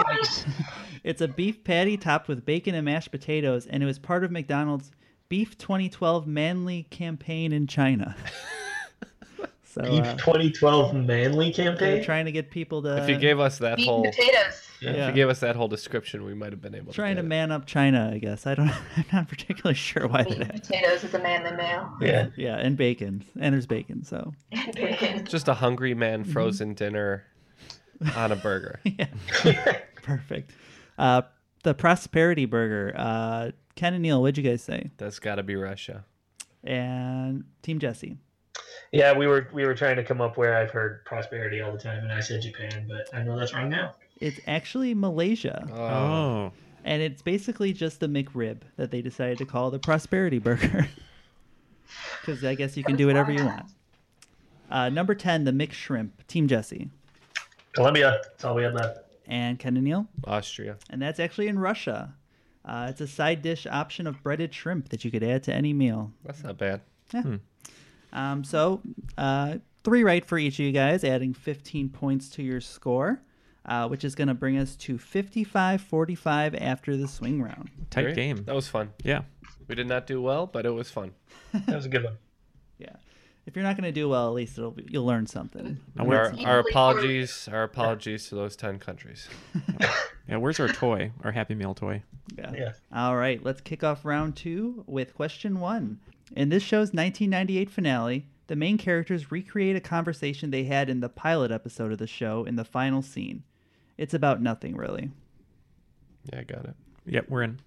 S5: it's a beef patty topped with bacon and mashed potatoes, and it was part of McDonald's Beef 2012 Manly campaign in China. so
S9: Beef
S5: uh,
S9: 2012 Manly
S5: they're
S9: campaign.
S5: trying to get people to
S6: if you gave us that
S4: Beef
S6: whole
S4: potatoes.
S6: Yeah, If
S5: Uh, Yeah.
S6: you gave us that whole description, we might have been able
S5: trying
S6: to.
S5: to
S6: get
S5: man up China. I guess I don't. I'm not particularly sure why they.
S4: Potatoes is a manly male.
S9: Yeah.
S5: Yeah, and bacon, and there's bacon. So
S4: And
S6: it.
S4: bacon.
S6: Just a hungry man
S5: Mm-hmm.
S6: frozen dinner on a burger.
S5: perfect. Uh, the prosperity burger. Uh, Ken and Neil, what'd you guys say?
S6: That's got to be Russia.
S5: And Team Jesse.
S9: Yeah, we were we were trying to come up where I've heard prosperity all the time, and I said Japan, but I know that's wrong now.
S5: It's actually Malaysia.
S7: Oh.
S5: And it's basically just the McRib that they decided to call the prosperity burger. Because I guess you can do whatever you want. Uh, number 10, the McShrimp. Team Jesse.
S9: Colombia. That's all we had left.
S5: And Ken and Neil.
S6: Austria.
S5: And that's actually in Russia. Uh, it's a side dish option of breaded shrimp that you could add to any meal.
S6: That's not bad.
S5: Yeah. Um, so uh, three right for each of you guys, adding 15 points to your score, uh, which is going to bring us to 55 45 after the swing round.
S7: Tight
S6: Great.
S7: game.
S6: That was fun.
S7: Yeah.
S6: We did not do well, but it was fun.
S9: That was a good one.
S5: Yeah. If you're not going to do well, at least it'll be, you'll learn something.
S6: Our, our apologies. Our apologies to those ten countries.
S7: Yeah, where's our toy? Our Happy Meal toy.
S5: Yeah.
S9: Yeah.
S5: All right, let's kick off round two with question one. In this show's 1998 finale, the main characters recreate a conversation they had in the pilot episode of the show in the final scene. It's about nothing, really.
S6: Yeah, I got it.
S7: Yep, we're in.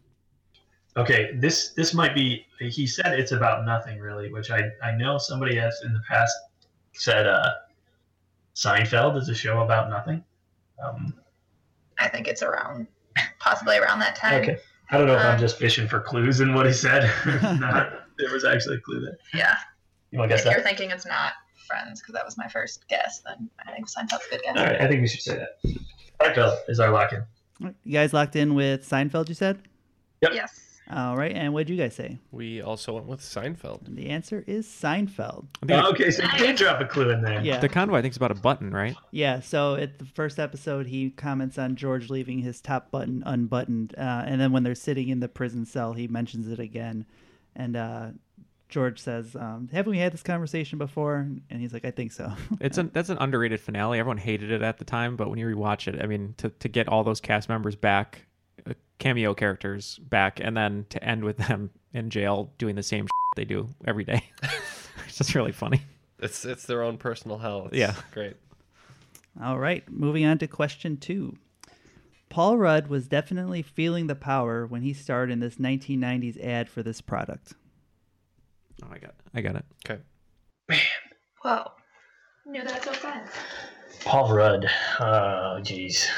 S9: Okay, this this might be. He said it's about nothing really, which I I know somebody has in the past said uh, Seinfeld is a show about nothing. Um,
S4: I think it's around, possibly around that time.
S9: okay, Um, I don't know if I'm just fishing for clues in what he said. Not- there was actually a clue there.
S4: Yeah.
S9: You want to guess
S4: if you're
S9: that?
S4: thinking it's not Friends, because that was my first guess, then I think Seinfeld's a good guess.
S9: All right, I think we should say that. Seinfeld is our lock-in.
S5: You guys locked in with Seinfeld, you said?
S4: Yes.
S5: All right, and what'd you guys say?
S6: We also went with Seinfeld.
S5: The answer is Seinfeld.
S7: I think
S9: Oh, okay, so you did drop a clue in there.
S5: Yeah.
S7: The convo, I think, is about a button, right?
S5: Yeah, so at the first episode, he comments on George leaving his top button unbuttoned, uh, and then when they're sitting in the prison cell, he mentions it again, and uh, George says, um, "Haven't we had this conversation before?" And he's like, "I think so."
S7: It's an that's an underrated finale. Everyone hated it at the time, but when you rewatch it, I mean, to to get all those cast members back, uh, cameo characters back, and then to end with them in jail doing the same they do every day, it's just really funny.
S6: It's it's their own personal hell. It's
S7: Yeah.
S6: great.
S5: All right, moving on to question two. Paul Rudd was definitely feeling the power when he starred in this 1990s ad for this product.
S7: Oh my god, I got it.
S6: Okay.
S4: Whoa. Knew that so fast.
S9: Paul Rudd. Oh, geez.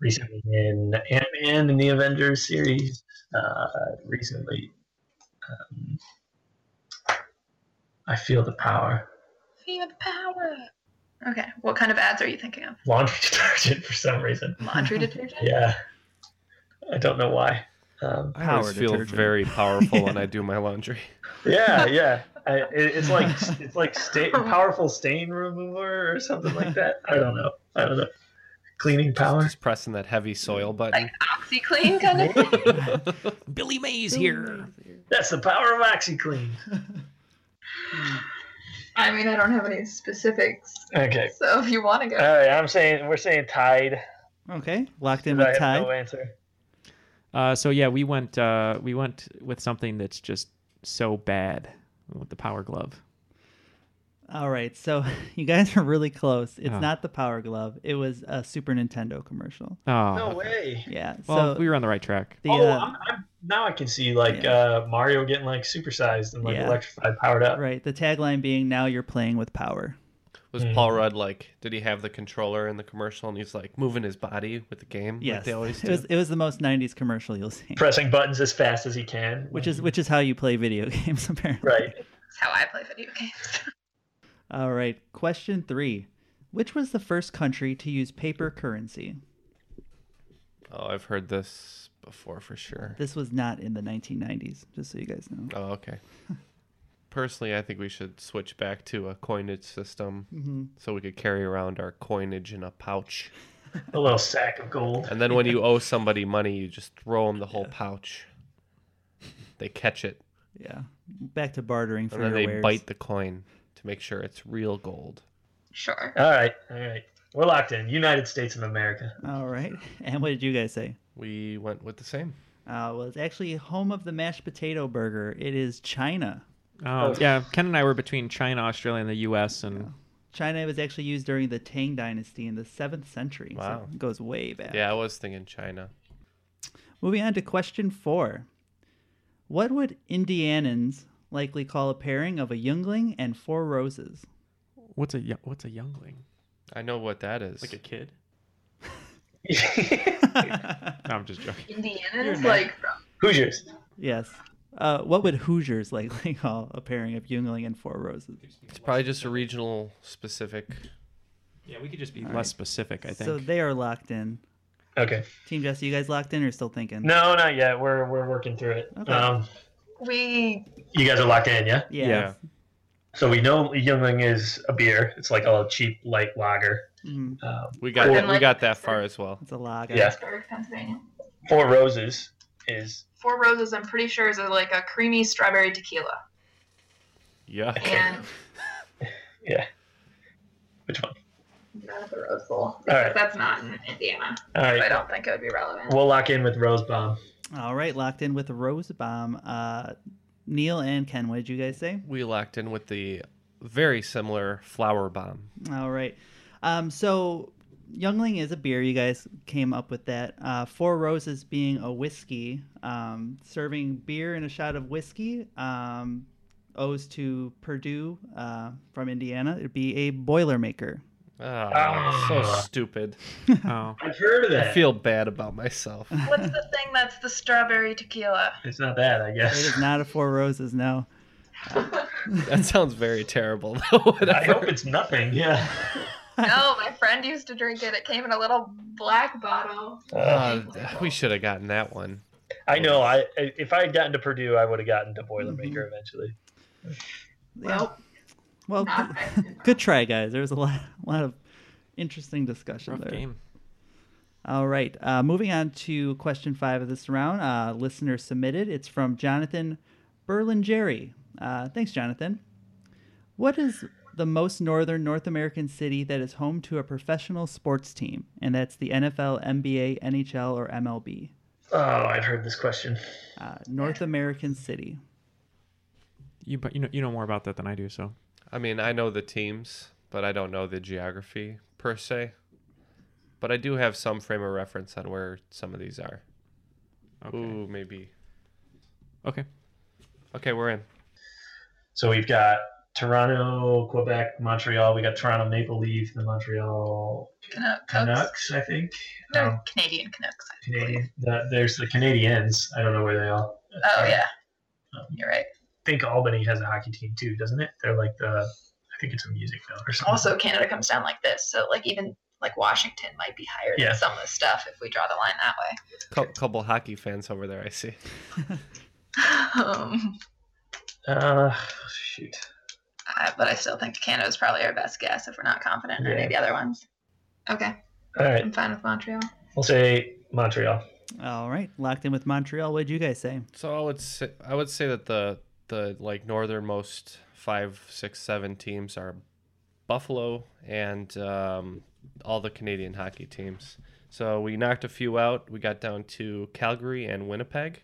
S9: Recently in Ant Man and the Avengers series. Uh, recently, um, I feel the power.
S4: Feel the power. Okay, what kind of ads are you thinking of?
S9: Laundry detergent for some reason.
S4: Laundry detergent?
S9: Yeah, I don't know why. Um,
S6: I always
S5: Power
S6: feel
S5: detergent.
S6: very powerful when I do my laundry.
S9: yeah, yeah. I, it, it's like it's like sta- powerful stain remover or something like that. I don't know. I don't know. Cleaning power.
S6: Just pressing that heavy soil button.
S4: OxyClean kind of thing?
S7: Billy Mays here.
S9: That's the power of OxyClean.
S4: I mean, I don't have any specifics,
S9: Okay.
S4: so if you want to go.
S9: All right. I'm saying we're saying Tide.
S5: Okay, locked in
S9: I
S5: with
S9: have
S5: Ty.
S9: no answer.
S7: Uh, so yeah, we went uh, we went with something that's just so bad We went with the power glove.
S5: All right, so you guys are really close. It's
S7: Oh.
S5: not the Power Glove. It was a Super Nintendo commercial.
S7: Oh,
S9: No way.
S5: Yeah.
S7: Well,
S5: so
S7: we were on the right track.
S5: the,
S9: oh,
S5: uh,
S9: I'm, I'm, now I can see like uh, Mario getting like supersized and like
S5: Yeah.
S9: electrified, powered up.
S5: right. The tagline being "Now you're playing with power."
S6: Was Paul Rudd like? Did he have the controller in the commercial and he's like moving his body with the game?
S5: Yes.
S6: like they always
S5: it
S6: do.
S5: was. It was the most '90s commercial you'll see.
S9: Pressing buttons as fast as he can.
S5: Which is which is how you play video games apparently.
S9: Right.
S4: That's how I play video games.
S5: All right. Question three: Which was the first country to use paper currency?
S6: Oh, I've heard this before for sure.
S5: This was not in the 1990s, just so you guys know.
S6: Oh, okay. Personally, I think we should switch back to a coinage system
S5: Mhm.
S6: so we could carry around our coinage in a pouch.
S9: A little sack of gold.
S6: And then when you owe somebody money, you just throw them the whole pouch. They catch it.
S5: Yeah. Back to bartering for
S6: And then
S5: your
S6: they
S5: wares.
S6: bite the coin to make sure it's real gold.
S4: Sure.
S9: All right, all right. We're locked in. United States of America.
S5: All right. And what did you guys say?
S6: We went with the same.
S5: Uh, well, it's actually home of the mashed potato burger. It is China.
S7: Oh, yeah, Ken and I were between China, Australia, and the U.S. and
S5: China was actually used during the Tang Dynasty in the 7th century.
S6: Wow.
S5: So it goes way back.
S6: Yeah, I was thinking China.
S5: Moving on to question four. What would Indianans likely call a pairing of a youngling and four roses?
S7: what's a yo- what's a youngling?
S6: I know what that is.
S7: Like a kid? No, I'm just joking.
S4: Indiana is like from
S9: Hoosiers.
S5: Yes. Uh, what would Hoosiers likely call a pairing of youngling and four roses?
S6: It's probably just a regional specific.
S7: Yeah, we could just be
S5: All
S7: less
S5: right.
S7: specific. I think.
S5: So they are locked in.
S9: Okay.
S5: Team Jesse, you guys locked in or still thinking?
S9: No, not yet. We're we're working through it.
S5: Okay.
S9: Um,
S4: we
S9: you guys are locked in, yeah.
S5: Yeah. Yeah.
S9: So we know Youngling is a beer. It's like a cheap light lager.
S5: Mhm.
S9: Um,
S6: We got
S9: Cool.
S6: we got that far as well.
S5: It's a lager.
S9: Yeah.
S4: Pittsburgh, Pennsylvania.
S9: Four Roses is
S4: Four Roses, I'm pretty sure, is a, like a creamy strawberry tequila.
S6: yeah.
S4: And
S9: yeah. Which one?
S4: None of the Rose Bowl.
S9: All right.
S4: That's not in Indiana.
S9: All right.
S4: So I don't think it would be relevant.
S9: We'll lock in with Rose Bomb.
S5: All right, locked in with Rose Bomb. Uh, Neil and Ken, what did you guys say?
S6: We locked in with the very similar flower bomb.
S5: All right. Um, so Youngling is a beer. You guys came up with that. Uh, Four Roses being a whiskey. Um, serving beer and a shot of whiskey um, owes to Purdue uh, from Indiana. It'd be a Boilermaker.
S6: Ah, so
S9: Ah.
S6: stupid.
S7: oh,
S9: I've heard of
S6: I
S9: that.
S6: feel bad about myself.
S4: What's the thing that's the strawberry tequila?
S9: It's not bad, I
S5: It
S9: guess.
S5: is not a Four Roses, no.
S6: That sounds very terrible. Though, whatever.
S9: I hope it's nothing. Yeah.
S4: no, Oh, my friend used to drink it. It came in a little black bottle.
S6: Uh, we should have gotten that one.
S9: I know. I I- if I had gotten to Purdue, I would have gotten to Boilermaker eventually.
S5: Well, well, good, good try, guys. There was a lot, a lot of interesting discussion
S7: rough
S5: there.
S7: game.
S5: All right. Uh, moving on to question five of this round. Uh, listener submitted. It's from Jonathan Berlingeri. Uh, thanks, Jonathan. What is the most northern North American city that is home to a professional sports team? And that's the NFL, NBA, NHL, or MLB.
S9: Oh, I've heard this question.
S5: Uh, North American city.
S7: You but you know you know more about that than I do. So
S6: I mean, I know the teams, but I don't know the geography per se. But I do have some frame of reference on where some of these are.
S7: Okay.
S6: Ooh, maybe.
S7: okay,
S6: Okay, we're in.
S9: So we've got Toronto, Quebec, Montreal. We got Toronto Maple Leaf, the Montreal
S4: Canucks.
S9: Canucks, I think.
S4: No,
S9: Um,
S4: Canadian Canucks.
S9: Canadian. The, there's the Canadians. I don't know where they all.
S4: Oh, yeah.
S9: Um,
S4: You're right.
S9: I think Albany has a hockey team too, doesn't it? They're like the. I think it's a music note or something.
S4: Also, Canada comes down like this. So, like, even like Washington might be higher
S9: Yeah.
S4: than some of the stuff if we draw the line that way.
S6: Cou- couple hockey fans over there. I see.
S4: Um,
S9: Uh, shoot.
S4: I- but I still think Canada's probably our best guess if we're not confident in any
S9: Yeah.
S4: of the other ones. Okay.
S9: All right.
S4: I'm fine with Montreal.
S9: We'll say Montreal.
S5: All right. Locked in with Montreal. What did you guys say?
S6: So I would say I would say that the the like northernmost five, six, seven teams are Buffalo and um, all the Canadian hockey teams. So we knocked a few out. We got down to Calgary and Winnipeg,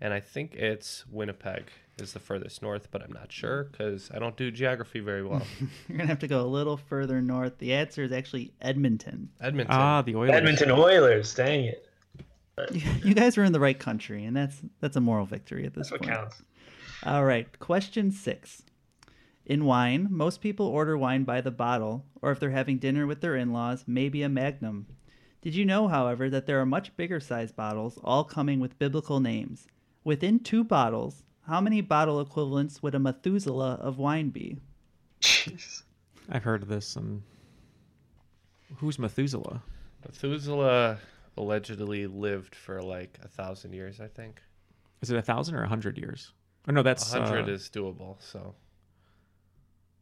S6: and I think it's Winnipeg is the furthest north, but I'm not sure because I don't do geography very well.
S5: You're gonna have to go a little further north. The answer is actually Edmonton.
S6: Edmonton.
S7: Ah,
S9: Edmonton Oilers. Dang it.
S5: You guys are in the right country, and that's that's a moral victory at this
S9: That's what
S5: point.
S9: counts.
S5: All right, question six. In wine, most people order wine by the bottle, or if they're having dinner with their in-laws, maybe a Magnum. Did you know, however, that there are much bigger size bottles, all coming with biblical names? Within two bottles, how many bottle equivalents would a Methuselah of wine be?
S7: I've heard of this. And who's Methuselah?
S6: Methuselah allegedly lived for like a thousand years, I think.
S7: Is it a thousand or a hundred years? Oh no, that's
S6: A
S7: uh,
S6: hundred is doable. So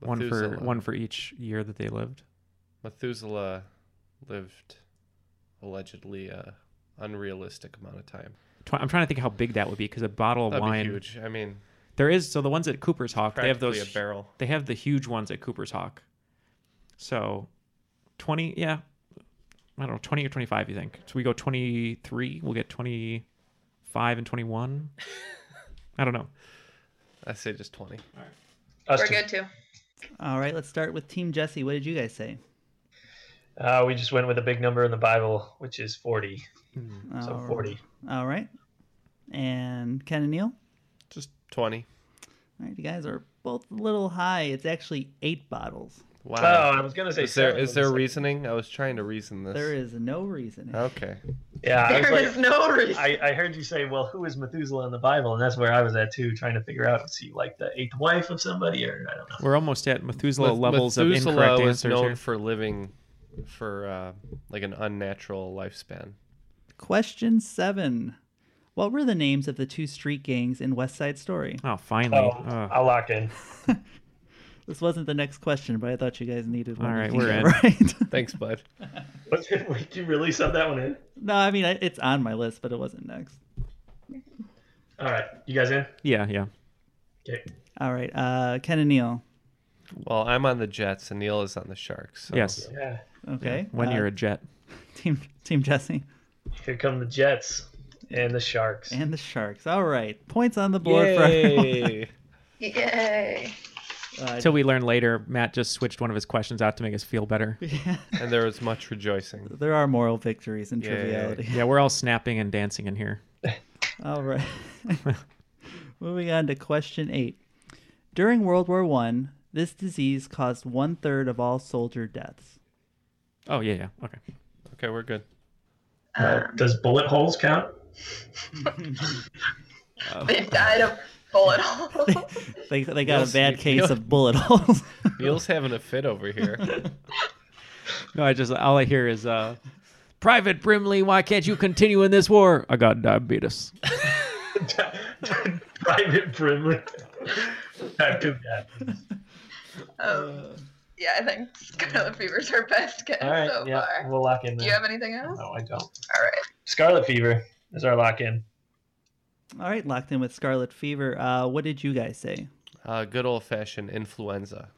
S7: one for
S6: Methuselah.
S7: one for each year that they lived.
S6: Methuselah lived allegedly a unrealistic amount of time.
S7: Tw- I'm trying to think how big that would be because a bottle of
S6: That'd be
S7: wine.
S6: huge. I mean-
S7: there is so the ones at Cooper's Hawk. They have
S6: Practically
S7: those
S6: a barrel.
S7: They have the huge ones at Cooper's Hawk. So, twenty. Yeah, I don't know, twenty or twenty-five. You think? So we go twenty-three. We'll get twenty-five and twenty-one. I don't know.
S6: I say just twenty.
S4: We're good too.
S5: All right, let's start with Team Jesse. What did you guys say?
S9: Uh, we just went with a big number in the Bible, which is 40. So
S5: All
S9: 40.
S5: All right. And Ken and Neil?
S6: Just 20.
S5: All right, you guys are both a little high. It's actually eight bottles.
S6: Wow.
S9: Oh, I was gonna say
S6: Is there
S9: seven
S6: is
S9: for the
S6: there
S9: second.
S6: reasoning? I was trying to reason this.
S5: There is no reason.
S6: Okay.
S9: Yeah, I was
S5: There
S9: like-
S5: is no reason.
S9: I, I heard you say, "Well, who is Methuselah in the Bible?" And that's where I was at too, trying to figure out is he like the eighth wife of somebody, or I don't know.
S7: We're almost at Methuselah
S6: Meth-
S7: levels
S6: Methuselah
S7: of incorrect
S6: was
S7: answers
S6: known
S7: here.
S6: for living for uh, like an unnatural lifespan.
S5: Question seven. What were the names of the two street gangs in West Side Story?
S7: Oh, finally.
S9: Oh,
S6: uh.
S9: I'll lock in.
S5: This wasn't the next question, but I thought you guys needed one.
S7: All
S5: You
S7: right,
S5: think
S7: we're
S5: you're
S7: in.
S5: Right.
S6: Thanks, bud.
S9: What did we- you really sub that one in?
S5: no, I mean I- it's on my list, but it wasn't next.
S9: All right, you guys in?
S7: Yeah, yeah.
S9: Okay.
S5: All right, uh, Ken and Neil.
S6: Well, I'm on the Jets and Neil is on the Sharks. so-
S7: Yes.
S9: Yeah.
S5: Okay.
S7: When
S5: uh,
S7: you're a jet.
S5: Team Team Jesse
S9: Here come the Jets and the Sharks.
S5: and the Sharks. All right, points on the board for everyone.
S7: Yay.
S4: Yay.
S5: Uh,
S7: Till we learn later, Matt just switched one of his questions out to make us feel better.
S6: and there was much rejoicing.
S5: There are moral victories and
S6: Yay.
S5: triviality.
S7: Yeah, we're all snapping and dancing in here.
S5: All right. Moving on to question eight. During World War One, this disease caused one third of all soldier deaths.
S7: Oh yeah, yeah. Okay.
S6: Okay, we're good.
S9: Uh,
S4: um,
S9: does bullet holes count?
S4: They've died of bullet holes.
S5: They, they got
S6: Neil's-
S5: a bad case
S6: Neil-
S5: of bullet holes.
S6: Neil's having a fit over here.
S7: No, I just all I hear is uh Private Brimley, why can't you continue in this war? I got diabetes.
S9: Private Brimley. That could happen.
S4: Um, yeah, I think scarlet fever's our best guess
S9: All right,
S4: so
S9: yeah,
S4: far.
S9: we'll lock in.
S4: Do
S9: Then.
S4: you have anything else?
S9: No, I don't.
S4: All right.
S9: Scarlet Fever is our lock in.
S5: All right, locked in with scarlet fever. Uh, what did you guys say?
S6: Uh, good old fashioned influenza.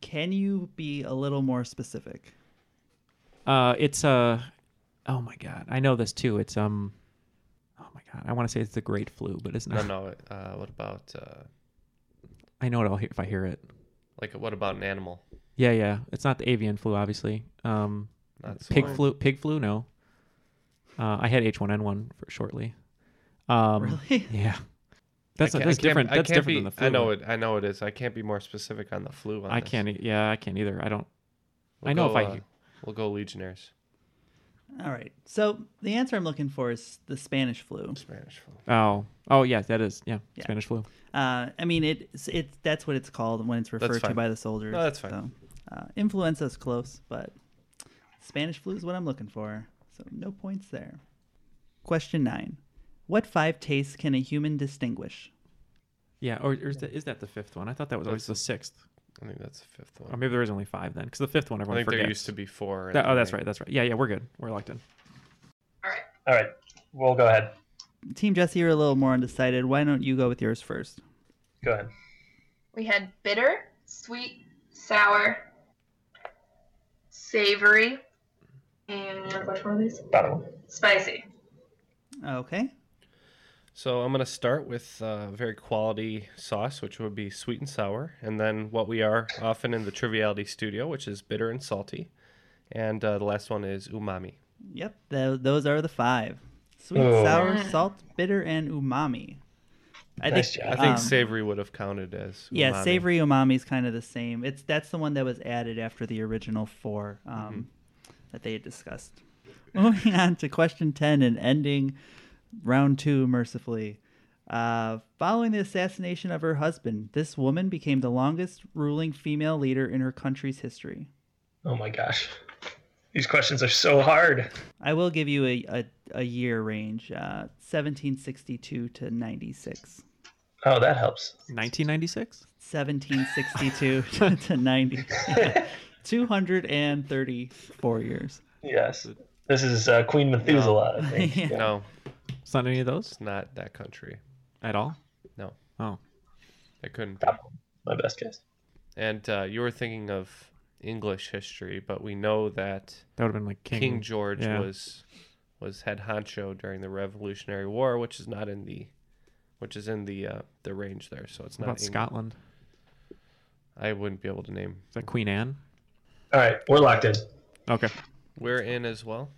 S5: Can you be a little more specific?
S7: Uh it's uh oh my god. I know this too. It's um oh my god. I want to say it's the great flu, but it's
S6: No,
S7: not.
S6: no. Uh, what about uh,
S7: I know it all if I hear it.
S6: like what about an animal?
S7: Yeah, yeah. It's not the avian flu, obviously. Um,
S6: That's
S7: pig
S6: why.
S7: flu. Pig flu. No. Uh, I had H1N1 for shortly. Um,
S5: Really?
S7: Yeah. That's
S6: I
S7: not,
S6: can't- I
S7: that's
S6: can't-
S7: different.
S6: I
S7: That's
S6: can't
S7: different than
S6: be-
S7: the flu.
S6: I know
S7: one.
S6: it. I know it is. I can't be more specific on the flu. On
S7: I
S6: this.
S7: can't. e- Yeah, I can't either. I don't.
S6: We'll
S7: I know
S6: go,
S7: if I.
S6: uh, we'll go Legionnaires.
S5: All right. So the answer I'm looking for is the Spanish flu.
S6: Spanish flu.
S7: oh. Oh yeah, that is. Yeah.
S5: Yeah.
S7: Spanish flu.
S5: Uh, I mean, it, it's that's what it's called when it's referred to
S6: fine.
S5: by the soldiers.
S6: No, that's fine.
S5: So, uh, influenza is close, but Spanish flu is what I'm looking for. So no points there. Question nine: What five tastes can a human distinguish?
S7: Yeah. Or, or is, that, is that the fifth one? I thought that was always the sixth.
S6: I think that's the fifth one.
S7: Or maybe there is only five then, because the fifth one everyone
S6: think there
S7: forgets.
S6: used to be four, and
S7: That- oh,
S6: then
S7: that's
S6: they-
S7: right. That's right. Yeah, yeah. We're good. We're locked in.
S9: All right, we'll go ahead.
S5: Team Jesse, you're a little more undecided. Why don't you go with yours first?
S9: Go ahead.
S4: We had bitter, sweet, sour, savory, and which one is
S6: Bottom.
S4: spicy?
S5: Okay.
S6: So I'm going to start with uh, very quality sauce, which would be sweet and sour, and then what we are often in the triviality studio, which is bitter and salty, and uh, the last one is umami.
S5: Yep, tho- those are the five: sweet,
S6: Oh.
S5: sour,
S6: Mm.
S5: salt, bitter, and umami.
S6: I think
S5: um,
S6: savory would have counted as
S5: Yeah,
S6: umami.
S5: savory umami is kind of the same. It's that's the one that was added after the original four um, that they had discussed. Moving on to question ten and ending round two mercifully. Uh, following the assassination of her husband, this woman became the longest ruling female leader in her country's history.
S9: Oh my gosh, these questions are so hard.
S5: I will give you a, a, a year range, uh, 1762 to 96.
S9: Oh, that helps.
S7: 1996?
S5: 1762 to, to 90. 234 years.
S9: Yes, this is uh, Queen Methuselah. I think.
S5: Yeah.
S6: No,
S7: It's not any of those
S6: it's not that country.
S7: at all.
S6: No,
S7: Oh,
S6: it couldn't.
S9: My best guess.
S6: And uh, you were thinking of English history, but we know that
S7: That would've been like King-
S6: George
S7: yeah.
S6: was was head honcho during the Revolutionary War, which is not in the which is in the uh, the range there. So it's
S7: What
S6: not
S7: about
S6: England.
S7: Scotland?
S6: I wouldn't be able to name.
S7: Is that Queen Anne?
S9: All right, we're locked in.
S7: Okay.
S6: We're in as well.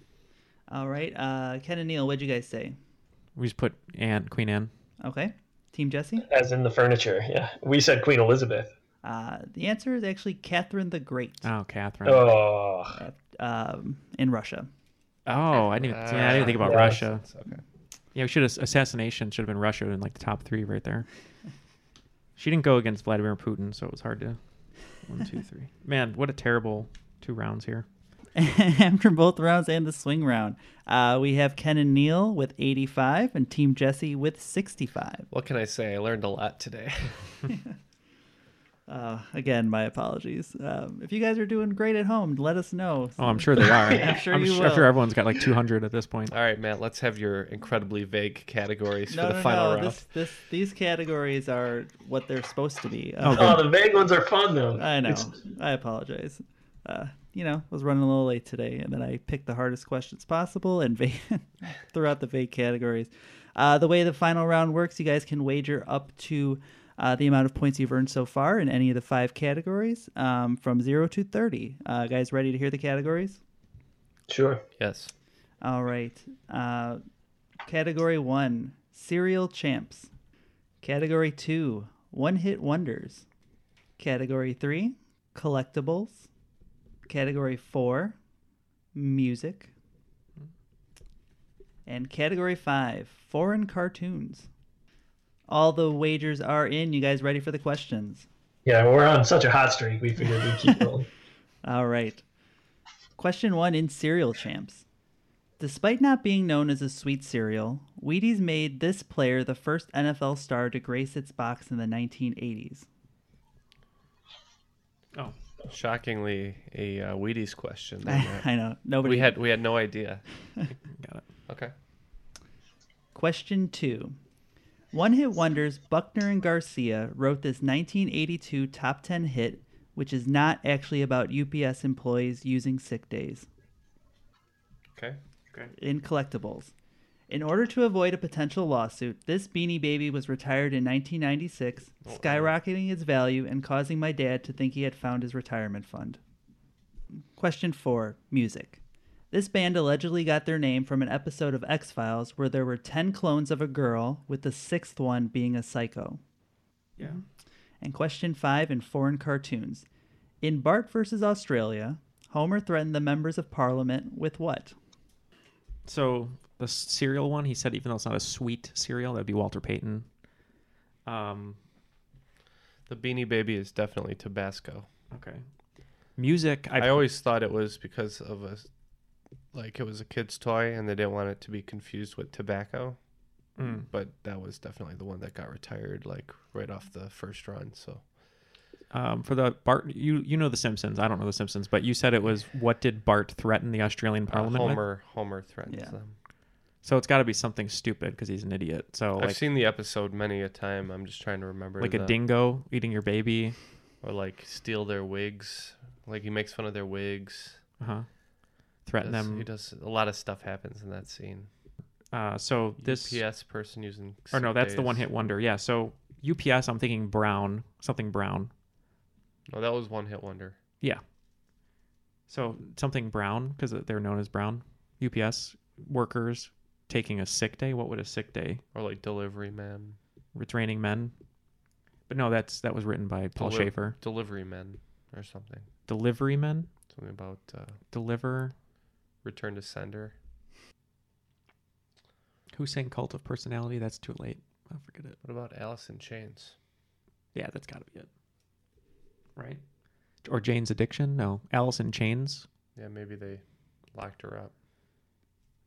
S5: All right. Uh, Ken and Neil, what'd you guys say?
S7: We just put Anne, Queen Anne.
S5: Okay. Team Jesse?
S9: As in the furniture. Yeah, we said Queen Elizabeth.
S5: Uh, the answer is actually Catherine the Great
S7: Oh, Catherine.
S9: Oh,
S6: Ah.
S5: um, in Russia.
S7: Oh, I didn't. Even, yeah, I didn't think about
S5: Ah, yes,
S7: Russia.
S5: it's
S6: okay.
S7: Yeah, we should have assassination should have been Russia in like the top three right there. She didn't go against Vladimir Putin, so it was hard to. One, two, three. Man, what a terrible two rounds here.
S5: After both rounds and the swing round, uh, we have Ken and Neil with 85 and Team Jesse with 65.
S6: What can I say? I learned a lot today.
S5: Uh, again, my apologies. Um, if you guys are doing great at home, let us know.
S7: Oh, I'm sure they are.
S5: I'm sure
S7: I'm,
S5: you
S7: sure,
S5: will.
S7: I'm sure everyone's got like 200 at this point.
S6: All right, Matt. Let's have your incredibly vague categories
S5: no,
S6: for the
S5: no,
S6: final
S5: no.
S6: round.
S5: This, this, these categories are what they're supposed to be.
S6: Oh,
S9: Oh, the vague ones are fun though.
S5: I know.
S9: It's-
S5: I apologize. Uh, you know, was running a little late today, and then I picked the hardest questions possible and va- threw out the vague categories. Uh, the way the final round works, you guys can wager up to uh, the amount of points you've earned so far in any of the five categories um, from 0 to 30. Uh, guys, ready to hear the categories?
S9: Sure.
S6: Yes.
S5: All right. Uh, category one serial champs. Category two one hit wonders. Category three collectibles. Category four music. And category five foreign cartoons. All the wagers are in. You guys ready for the questions?
S9: Yeah, we're on such a hot streak. We figured we'd keep rolling.
S5: All right. Question one in cereal champs. Despite not being known as a sweet cereal, Wheaties made this player the first NFL star to grace its box in the 1980s.
S7: Oh,
S6: shockingly, a uh, Wheaties question. there, Matt.
S5: I know. Nobody-
S6: We had we had no idea.
S7: Got it.
S6: Okay.
S5: Question two. One hit wonders Buckner and Garcia wrote this 1982 top 10 hit, which is not actually about UPS employees using sick days.
S6: Okay. Okay.
S5: in collectibles. In order to avoid a potential lawsuit, this Beanie Baby was retired in 1996, skyrocketing its value and causing my dad to think he had found his retirement fund. Question 4 Music. This band allegedly got their name from an episode of X Files where there were 10 clones of a girl, with the sixth one being a psycho.
S7: Yeah.
S5: And question five in foreign cartoons. In Bart versus Australia, Homer threatened the members of parliament with what?
S7: So the cereal one, he said, even though it's not a sweet cereal, that'd be Walter Payton. Um,
S6: The Beanie Baby is definitely Tabasco.
S7: Okay. Music.
S6: I always thought it was because of a, like it was a kid's toy, and they didn't want it to be confused with tobacco.
S7: Mm.
S6: But that was definitely the one that got retired, like right off the first run. So
S7: um, for the Bart, you you know the Simpsons. I don't know the Simpsons, but you said it was what did Bart threaten the Australian
S6: uh,
S7: Parliament? with?
S6: Homer Homer threatens
S7: Yeah.
S6: them.
S7: So it's got to be something stupid because he's an idiot. So
S6: I've
S7: like
S6: seen the episode many a time. I'm just trying to remember
S7: like a
S6: the-
S7: dingo eating your baby.
S6: or like steal their wigs. Like he makes fun of their wigs.
S7: Uh-huh. Threaten
S6: Does-
S7: them.
S6: He does a lot of stuff happens in that scene.
S7: Uh, so this
S6: UPS person using.
S7: Or no,
S6: sick
S7: that's the
S6: days.
S7: one hit wonder. Yeah. So UPS, I'm thinking Brown, something Brown.
S6: No, that was one hit wonder.
S7: Yeah. So something Brown because they're known as Brown. UPS workers taking a sick day. What would a sick day?
S6: Or like delivery man.
S7: It's raining men. But no, that's that was written by Paul
S6: Deli-
S7: Schaefer.
S6: Delivery men or something.
S7: Delivery men.
S6: Something about uh,
S7: Deliver.
S6: return to sender.
S7: Who sang Cult of Personality? That's too late. I forget it.
S6: What about Alice in Chains?
S7: Yeah, that's got to be it. Right. Or Jane's Addiction? No. Alice in Chains.
S6: Yeah, maybe they locked her up.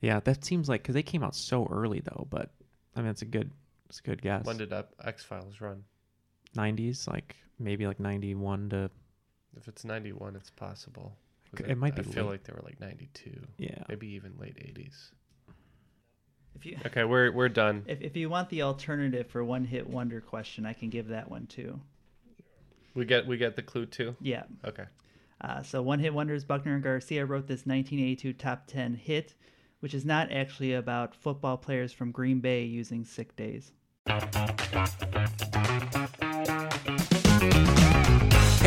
S7: Yeah, that seems like because they came out so early though. But I mean, it's a good, it's a good guess.
S6: When did X Files run?
S7: Nineties, like maybe like ninety one to
S6: If it's 91, it's possible. 'Cause
S7: It
S6: I,
S7: might
S6: I
S7: be
S6: feel
S7: late.
S6: like they were like 92.
S7: Yeah.
S6: Maybe even late 80s.
S5: If you
S6: Okay, we're, we're done.
S5: if, if you want the alternative for one hit wonder question, I can give that one too.
S6: We get we get the clue too.
S5: Yeah.
S6: Okay.
S5: Uh, so One Hit Wonders, Buckner and Garcia wrote this 1982 top 10 hit, which is not actually about football players from Green Bay using sick days.
S14: Hey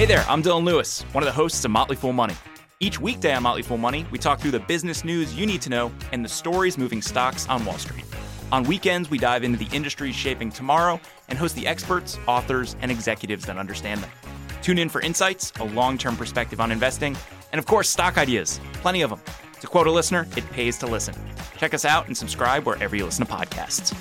S14: there, I'm Dylan Lewis, one of the hosts of Motley Fool Money. Each weekday on Motley Fool Money, we talk through the business news you need to know and the stories moving stocks on Wall Street. On weekends, we dive into the industries shaping tomorrow and host the experts, authors, and executives that understand them. Tune in for insights, a long term perspective on investing, and of course, stock ideas. Plenty of them. To quote a listener, it pays to listen. Check us out and subscribe wherever you listen to podcasts.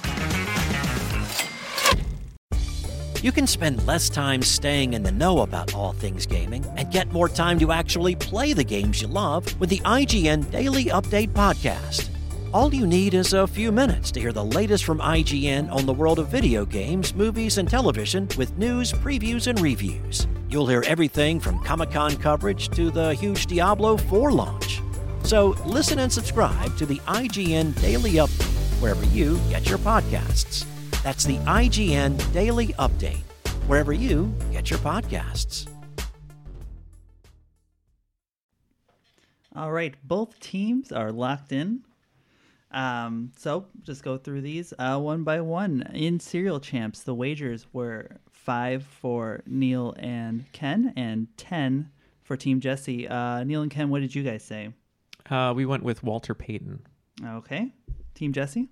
S1: You can spend less time staying in the know about all things gaming and get more time to actually play the games you love with the IGN Daily Update Podcast. All you need is a few minutes to hear the latest from IGN on the world of video games, movies, and television with news, previews, and reviews. You'll hear everything from Comic Con coverage to the huge Diablo 4 launch. So listen and subscribe to the IGN Daily Update wherever you get your podcasts. That's the IGN Daily Update, wherever you get your podcasts.
S5: All right, both teams are locked in. Um, so just go through these uh, one by one. In Serial Champs, the wagers were five for Neil and Ken and 10 for Team Jesse. Uh, Neil and Ken, what did you guys say?
S7: Uh, we went with Walter Payton.
S5: Okay. Team Jesse?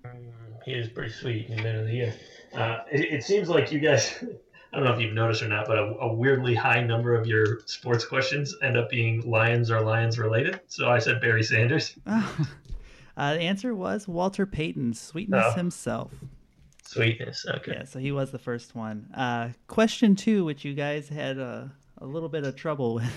S9: He is pretty sweet in the middle of the year. Uh, it, it seems like you guys, I don't know if you've noticed or not, but a, a weirdly high number of your sports questions end up being Lions or Lions related. So I said Barry Sanders.
S5: Uh, the answer was Walter Payton, sweetness
S9: Oh.
S5: himself.
S9: Sweetness. Okay.
S5: Yeah, so he was the first one. Uh, question two, which you guys had a, a little bit of trouble with.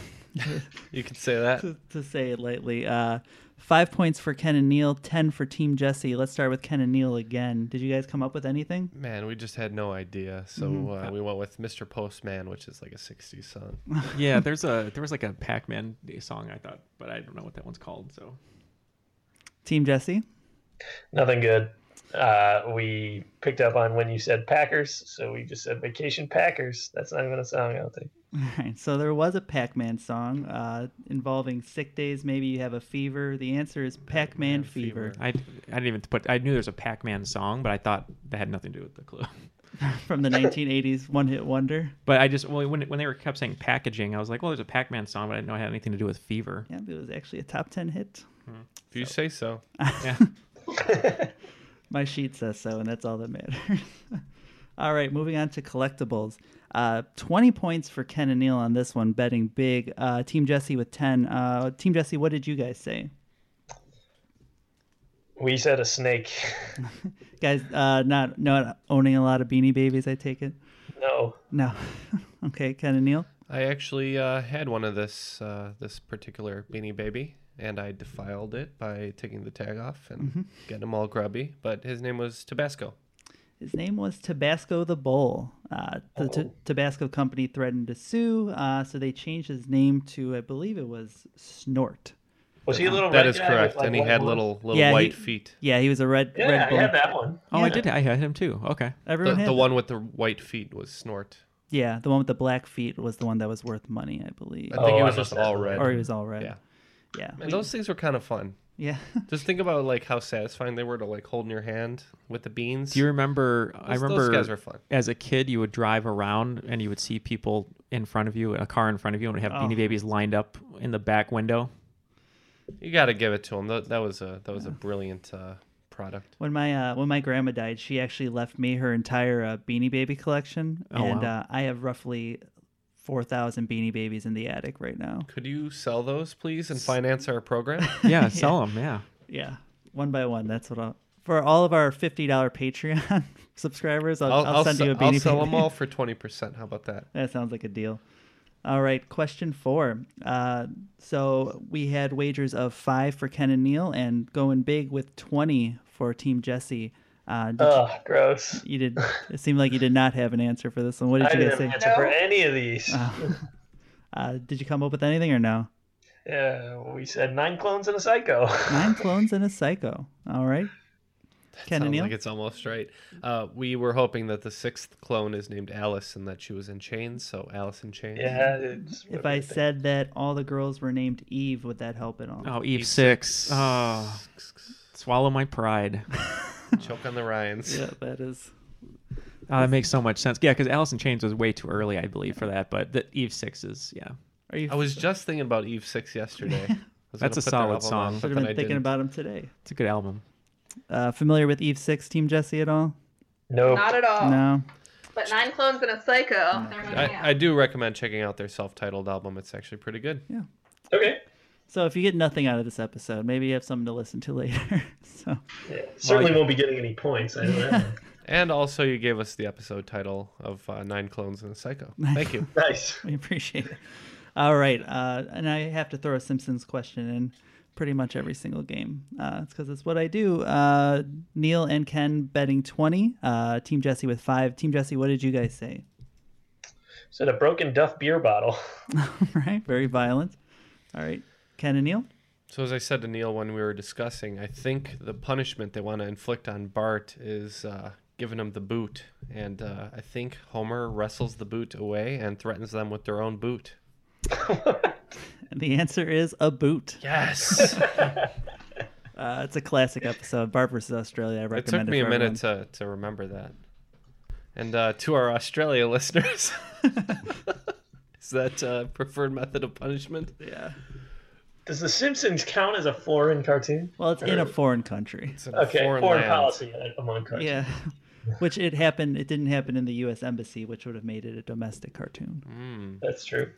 S6: you could say that.
S5: To, to say it lightly. Uh, five points for Ken and Neil, 10 for Team Jesse. Let's start with Ken and Neil again. Did you guys come up with anything?
S6: Man, we just had no idea. So
S7: Mm-hmm.
S5: Mhm.
S6: uh, we went with Mr. Postman, which is like a 60s song.
S7: yeah, there's a there was like a Pac Man song I thought, but I don't know what that one's called. So
S5: Team Jesse?
S9: Nothing good. Uh, we picked up on when you said Packers, so we just said Vacation Packers. That's not even a song, I don't think.
S5: All right, so there was a Pac Man song uh, involving sick days. Maybe you have a fever. The answer is Pac Man fever.
S7: I I didn't even put. I knew there's a Pac Man song, but I thought that had nothing to do with the clue.
S5: from the 1980s one hit wonder.
S7: But I just well, when when they were kept saying packaging, I was like, well, there's a Pac Man song, but I didn't know it had anything to do with fever.
S5: Yeah, it was actually a top 10 hit.
S6: If you say so.
S7: Yeah.
S5: My sheet says so, and that's all that matters. all right, moving on to collectibles. Uh, 20 points for Ken and Neil on this one, betting big. Uh, Team Jesse with 10. Uh, Team Jesse, what did you guys say?
S9: We said a snake.
S5: Guys, uh, not not owning a lot of Beanie Babies, I take it.
S9: No.
S5: No. okay, Ken and Neil.
S6: I actually uh, had one of this uh, this particular beanie baby, and I defiled it by taking the tag off and
S7: Mm-hmm.
S5: Mhm.
S6: getting him all grubby. But his name was Tabasco.
S5: His name was Tabasco the Bull. Uh, the
S9: Oh.
S5: t- Tabasco company threatened to sue, uh, so they changed his name to, I believe it was Snort.
S9: Was he a little
S6: That
S9: red
S6: is
S9: guy with,
S6: correct,
S9: like,
S6: and he
S9: white
S6: had
S9: horns?
S6: little little
S5: Yeah, he-
S6: white feet.
S5: Yeah, he was a red.
S9: Yeah,
S5: red
S9: I
S5: bull.
S9: had that one.
S7: Oh, I
S5: Yeah.
S7: did. I had him too. Okay.
S5: Everyone
S6: the,
S5: had
S6: the
S5: that.
S6: one with the white feet was Snort.
S5: Yeah, the one with the black feet was the one that was worth money, I believe.
S6: I think he Oh, was I must just have all that. red.
S5: Or he was all red.
S6: Yeah.
S5: Yeah.
S6: Man, those things were kind of fun.
S5: Yeah.
S6: Just think about like how satisfying they were to like hold in your hand with the beans.
S7: Do you remember? I
S6: Those-
S7: remember
S6: those guys were fun.
S7: as a kid, you would drive around and you would see people in front of you, a car in front of you, and would have
S6: Oh.
S7: Beanie Babies lined up in the back window.
S6: You got to give it to them. That, that was a that was a brilliant uh, product.
S5: When my uh, when my grandma died, she actually left me her entire uh, Beanie Baby collection,
S6: Oh,
S5: and
S6: wow.
S5: uh, I have roughly four thousand Beanie Babies in the attic right now.
S6: Could you sell those, please, and finance our program?
S7: Yeah, sell 'em, yeah.
S5: Yeah, one by one. That's what I'll. For all of our fifty dollar Patreon subscribers, I'll, I'll send
S6: se-
S5: you a Beanie
S6: I'll
S5: Baby.
S6: sell them all for twenty percent. How about that?
S5: That sounds like a deal. All right, question four. Uh, so we had wagers of five for Ken and Neil, and going big with twenty for Team Jesse. Uh, did
S9: Ugh,
S5: you-
S9: gross.
S5: You did. It seemed like you did not have an answer for this one. What did
S9: I
S5: you
S9: didn't
S5: guys
S9: have an
S5: say?
S9: answer for any of these.
S5: Oh. uh, did you come up with anything or no?
S9: Yeah, we said nine clones and a psycho.
S5: Nine clones and a psycho. All right. Ken and
S6: Sounds
S5: Neil.
S6: like it's almost right. Uh, we were hoping that the sixth clone is named Alice and that she was in chains, so Alice in chains.
S5: if I said that all the girls were named Eve, would that help at all?
S7: Oh, Eve, six.
S5: Ah.
S7: Oh, swallow my pride.
S6: choke on the Ryans.
S5: Yeah, that is.
S7: Oh, that makes so much sense. Yeah, because Alice in Chains was way too early, I believe, for that. But the Eve Six is yeah.
S5: Are you?
S6: I was just thinking about Eve Six yesterday. I was
S7: That's
S6: gonna
S7: a
S6: put their
S7: solid
S6: album
S7: song.
S6: on, but
S5: Should have been
S6: then I
S5: thinking
S6: didn't.
S5: about him today.
S7: It's a good album.
S5: Uh, familiar with Eve Six Team Jesse at all?
S6: No.
S8: Not at all.
S5: No.
S8: But Nine Clones and a Psycho. They're my jam.
S6: I, I do recommend checking out their self-titled album. It's actually pretty good.
S5: Yeah.
S9: Okay.
S5: So if you get nothing out of this episode, maybe you have something to listen to later. so
S9: Certainly won't be getting any points. I know that.
S6: And also, you gave us the episode title of uh, Nine Clones and a Psycho. Thank you.
S9: nice.
S5: We appreciate it. All right, uh, and I have to throw a Simpsons question in pretty much every single game. Uh, it's because it's what I do. Uh, Neil and Ken betting twenty. Uh, Team Jesse with five. Team Jesse, what did you guys say?
S9: Said a broken Duff beer bottle.
S5: All right, very violent. All right, Ken and Neil.
S6: So as I said to Neil when we were discussing, I think the punishment they want to inflict on Bart is uh, giving him the boot, and uh, I think Homer wrestles the boot away and threatens them with their own boot.
S5: And the answer is a boot.
S6: Yes.
S5: uh, it's a classic episode. Bart versus Australia. I
S6: It
S5: recommend it.
S6: took me a
S5: for
S6: minute to, to remember that. And uh, to our Australia listeners, is that uh, preferred method of punishment?
S5: Yeah.
S9: Does The Simpsons count as a foreign cartoon?
S5: Well, it's in a foreign country.
S9: okay, foreign,
S5: land.
S9: policy among cartoons.
S5: Yeah. Which it happened, it didn't happen in the U.S. Embassy, which would have made it a domestic cartoon.
S9: Mm. That's true.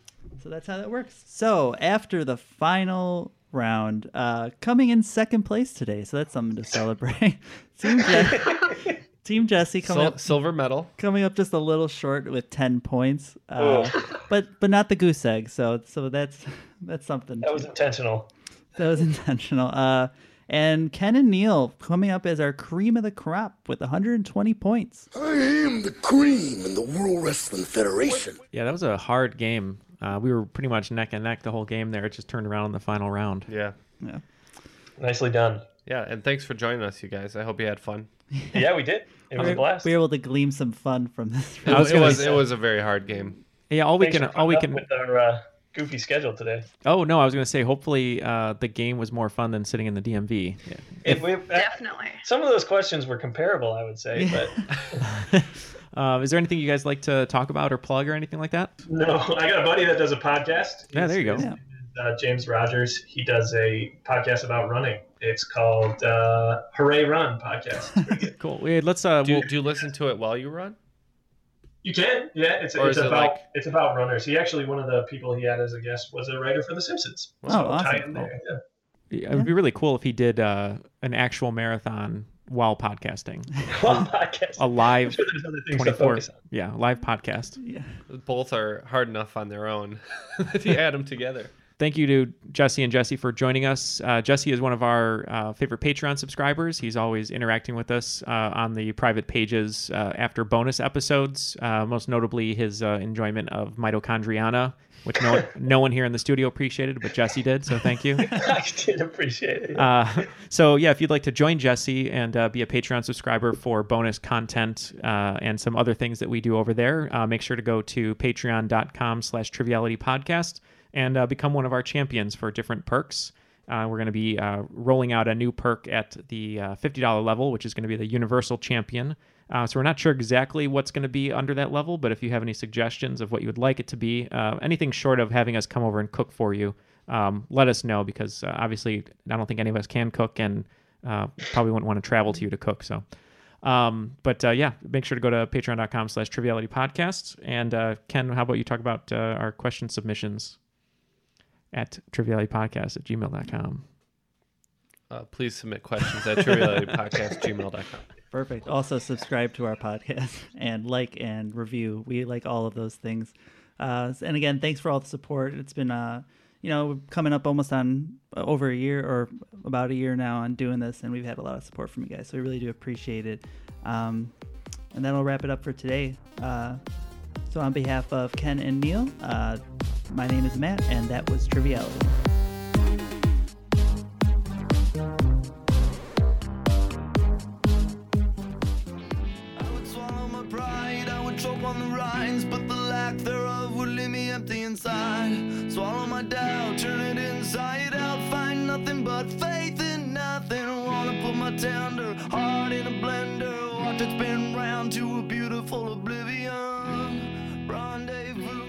S5: So that's how that works. So after the final round, uh, coming in second place today, so that's something to celebrate. Team, Je- Team Jesse coming
S6: Sil-
S5: up
S6: silver medal.
S5: coming up just a little short with ten points, uh, but but not the goose egg. So so that's that's something.
S9: That was intentional.
S5: That was intentional. Uh, and Ken and Neil coming up as our cream of the crop with 120 points.
S15: I am the cream in the World Wrestling Federation.
S7: Yeah, that was a hard game. Uh, we were pretty much neck and neck the whole game there. It just turned around in the final round.
S6: Yeah.
S5: Yeah.
S9: Nicely done.
S6: Yeah, and thanks for joining us, you guys. I hope you had fun.
S9: Yeah, we did. It was a
S5: We-
S9: blast.
S5: We were able to glean some fun from this.
S6: It was, it was, it was a very hard game.
S7: Yeah, all we
S9: Thanks
S7: can
S9: for
S7: all we
S9: putting
S7: can.
S9: up with our uh, goofy schedule today.
S7: Oh no, I was gonna say. Hopefully, uh, the game was more fun than sitting in the DMV. Yeah.
S9: Definitely. uh, Some of those questions were comparable, I would say, but
S7: Uh, is there anything you guys like to talk about or plug or anything like that?
S9: no. I got a buddy that does a podcast.
S7: Yeah, there you go.
S9: His name is, Uh, James Rogers. He does a podcast about running. It's called uh, Hooray Run Podcast.
S7: cool. Wait, let's. Uh,
S6: do, do you listen to it while you run?
S9: You can, yeah. It's,
S6: Or
S9: it's
S6: is it
S9: about
S6: like-
S9: it's about runners. He actually one of the people he had as a guest was a writer for The Simpsons.
S7: Oh,
S9: so
S7: awesome.
S9: tie in there. yeah.
S7: It would be really cool if he did uh, an actual marathon while podcasting.
S9: While podcasting.
S7: A live
S9: I'm sure there's other things
S7: 24.
S9: to focus on.
S7: Yeah, live podcast.
S5: Yeah.
S6: Both are hard enough on their own. if you add them together.
S7: Thank you to Jesse and Jesse for joining us. Uh, Jesse is one of our uh, favorite Patreon subscribers. He's always interacting with us uh, on the private pages uh, after bonus episodes, uh, most notably his uh, enjoyment of Mitochondriana, which no, no one here in the studio appreciated, but Jesse did. So thank you.
S9: I did appreciate it.
S7: Uh, so yeah, if you'd like to join Jesse and uh, be a Patreon subscriber for bonus content uh, and some other things that we do over there, uh, make sure to go to patreon.com slash triviality podcast and uh, become one of our champions for different perks. Uh, we're going to be uh, rolling out a new perk at the uh, $50 level, which is going to be the Universal Champion. Uh, so we're not sure exactly what's going to be under that level, but if you have any suggestions of what you would like it to be, uh, anything short of having us come over and cook for you, um, let us know because uh, obviously I don't think any of us can cook and uh, probably wouldn't want to travel to you to cook. So, um, but uh, yeah, make sure to go to patreon.com slash triviality podcasts. And uh, Ken, how about you talk about uh, our question submissions at trivialitypodcast at gmail.com.
S6: Uh, please submit questions at trivialitypodcast@gmail.com.
S5: Perfect. Also, subscribe to our podcast and like and review. We like all of those things. Uh, and again, thanks for all the support. It's been, uh, you know, coming up almost on uh, over a year or about a year now on doing this, and we've had a lot of support from you guys. So we really do appreciate it. Um, and that'll wrap it up for today. Uh, so, on behalf of Ken and Neil, uh, my name is Matt, and that was Triviality.
S4: I would swallow my pride, I would choke on the rhymes, but the lack thereof would leave me empty inside. Swallow my doubt, turn it inside out, find nothing but faith in nothing. Wanna put my tender heart in a blender, watch it spin round to a beautiful oblivion. Rendezvous.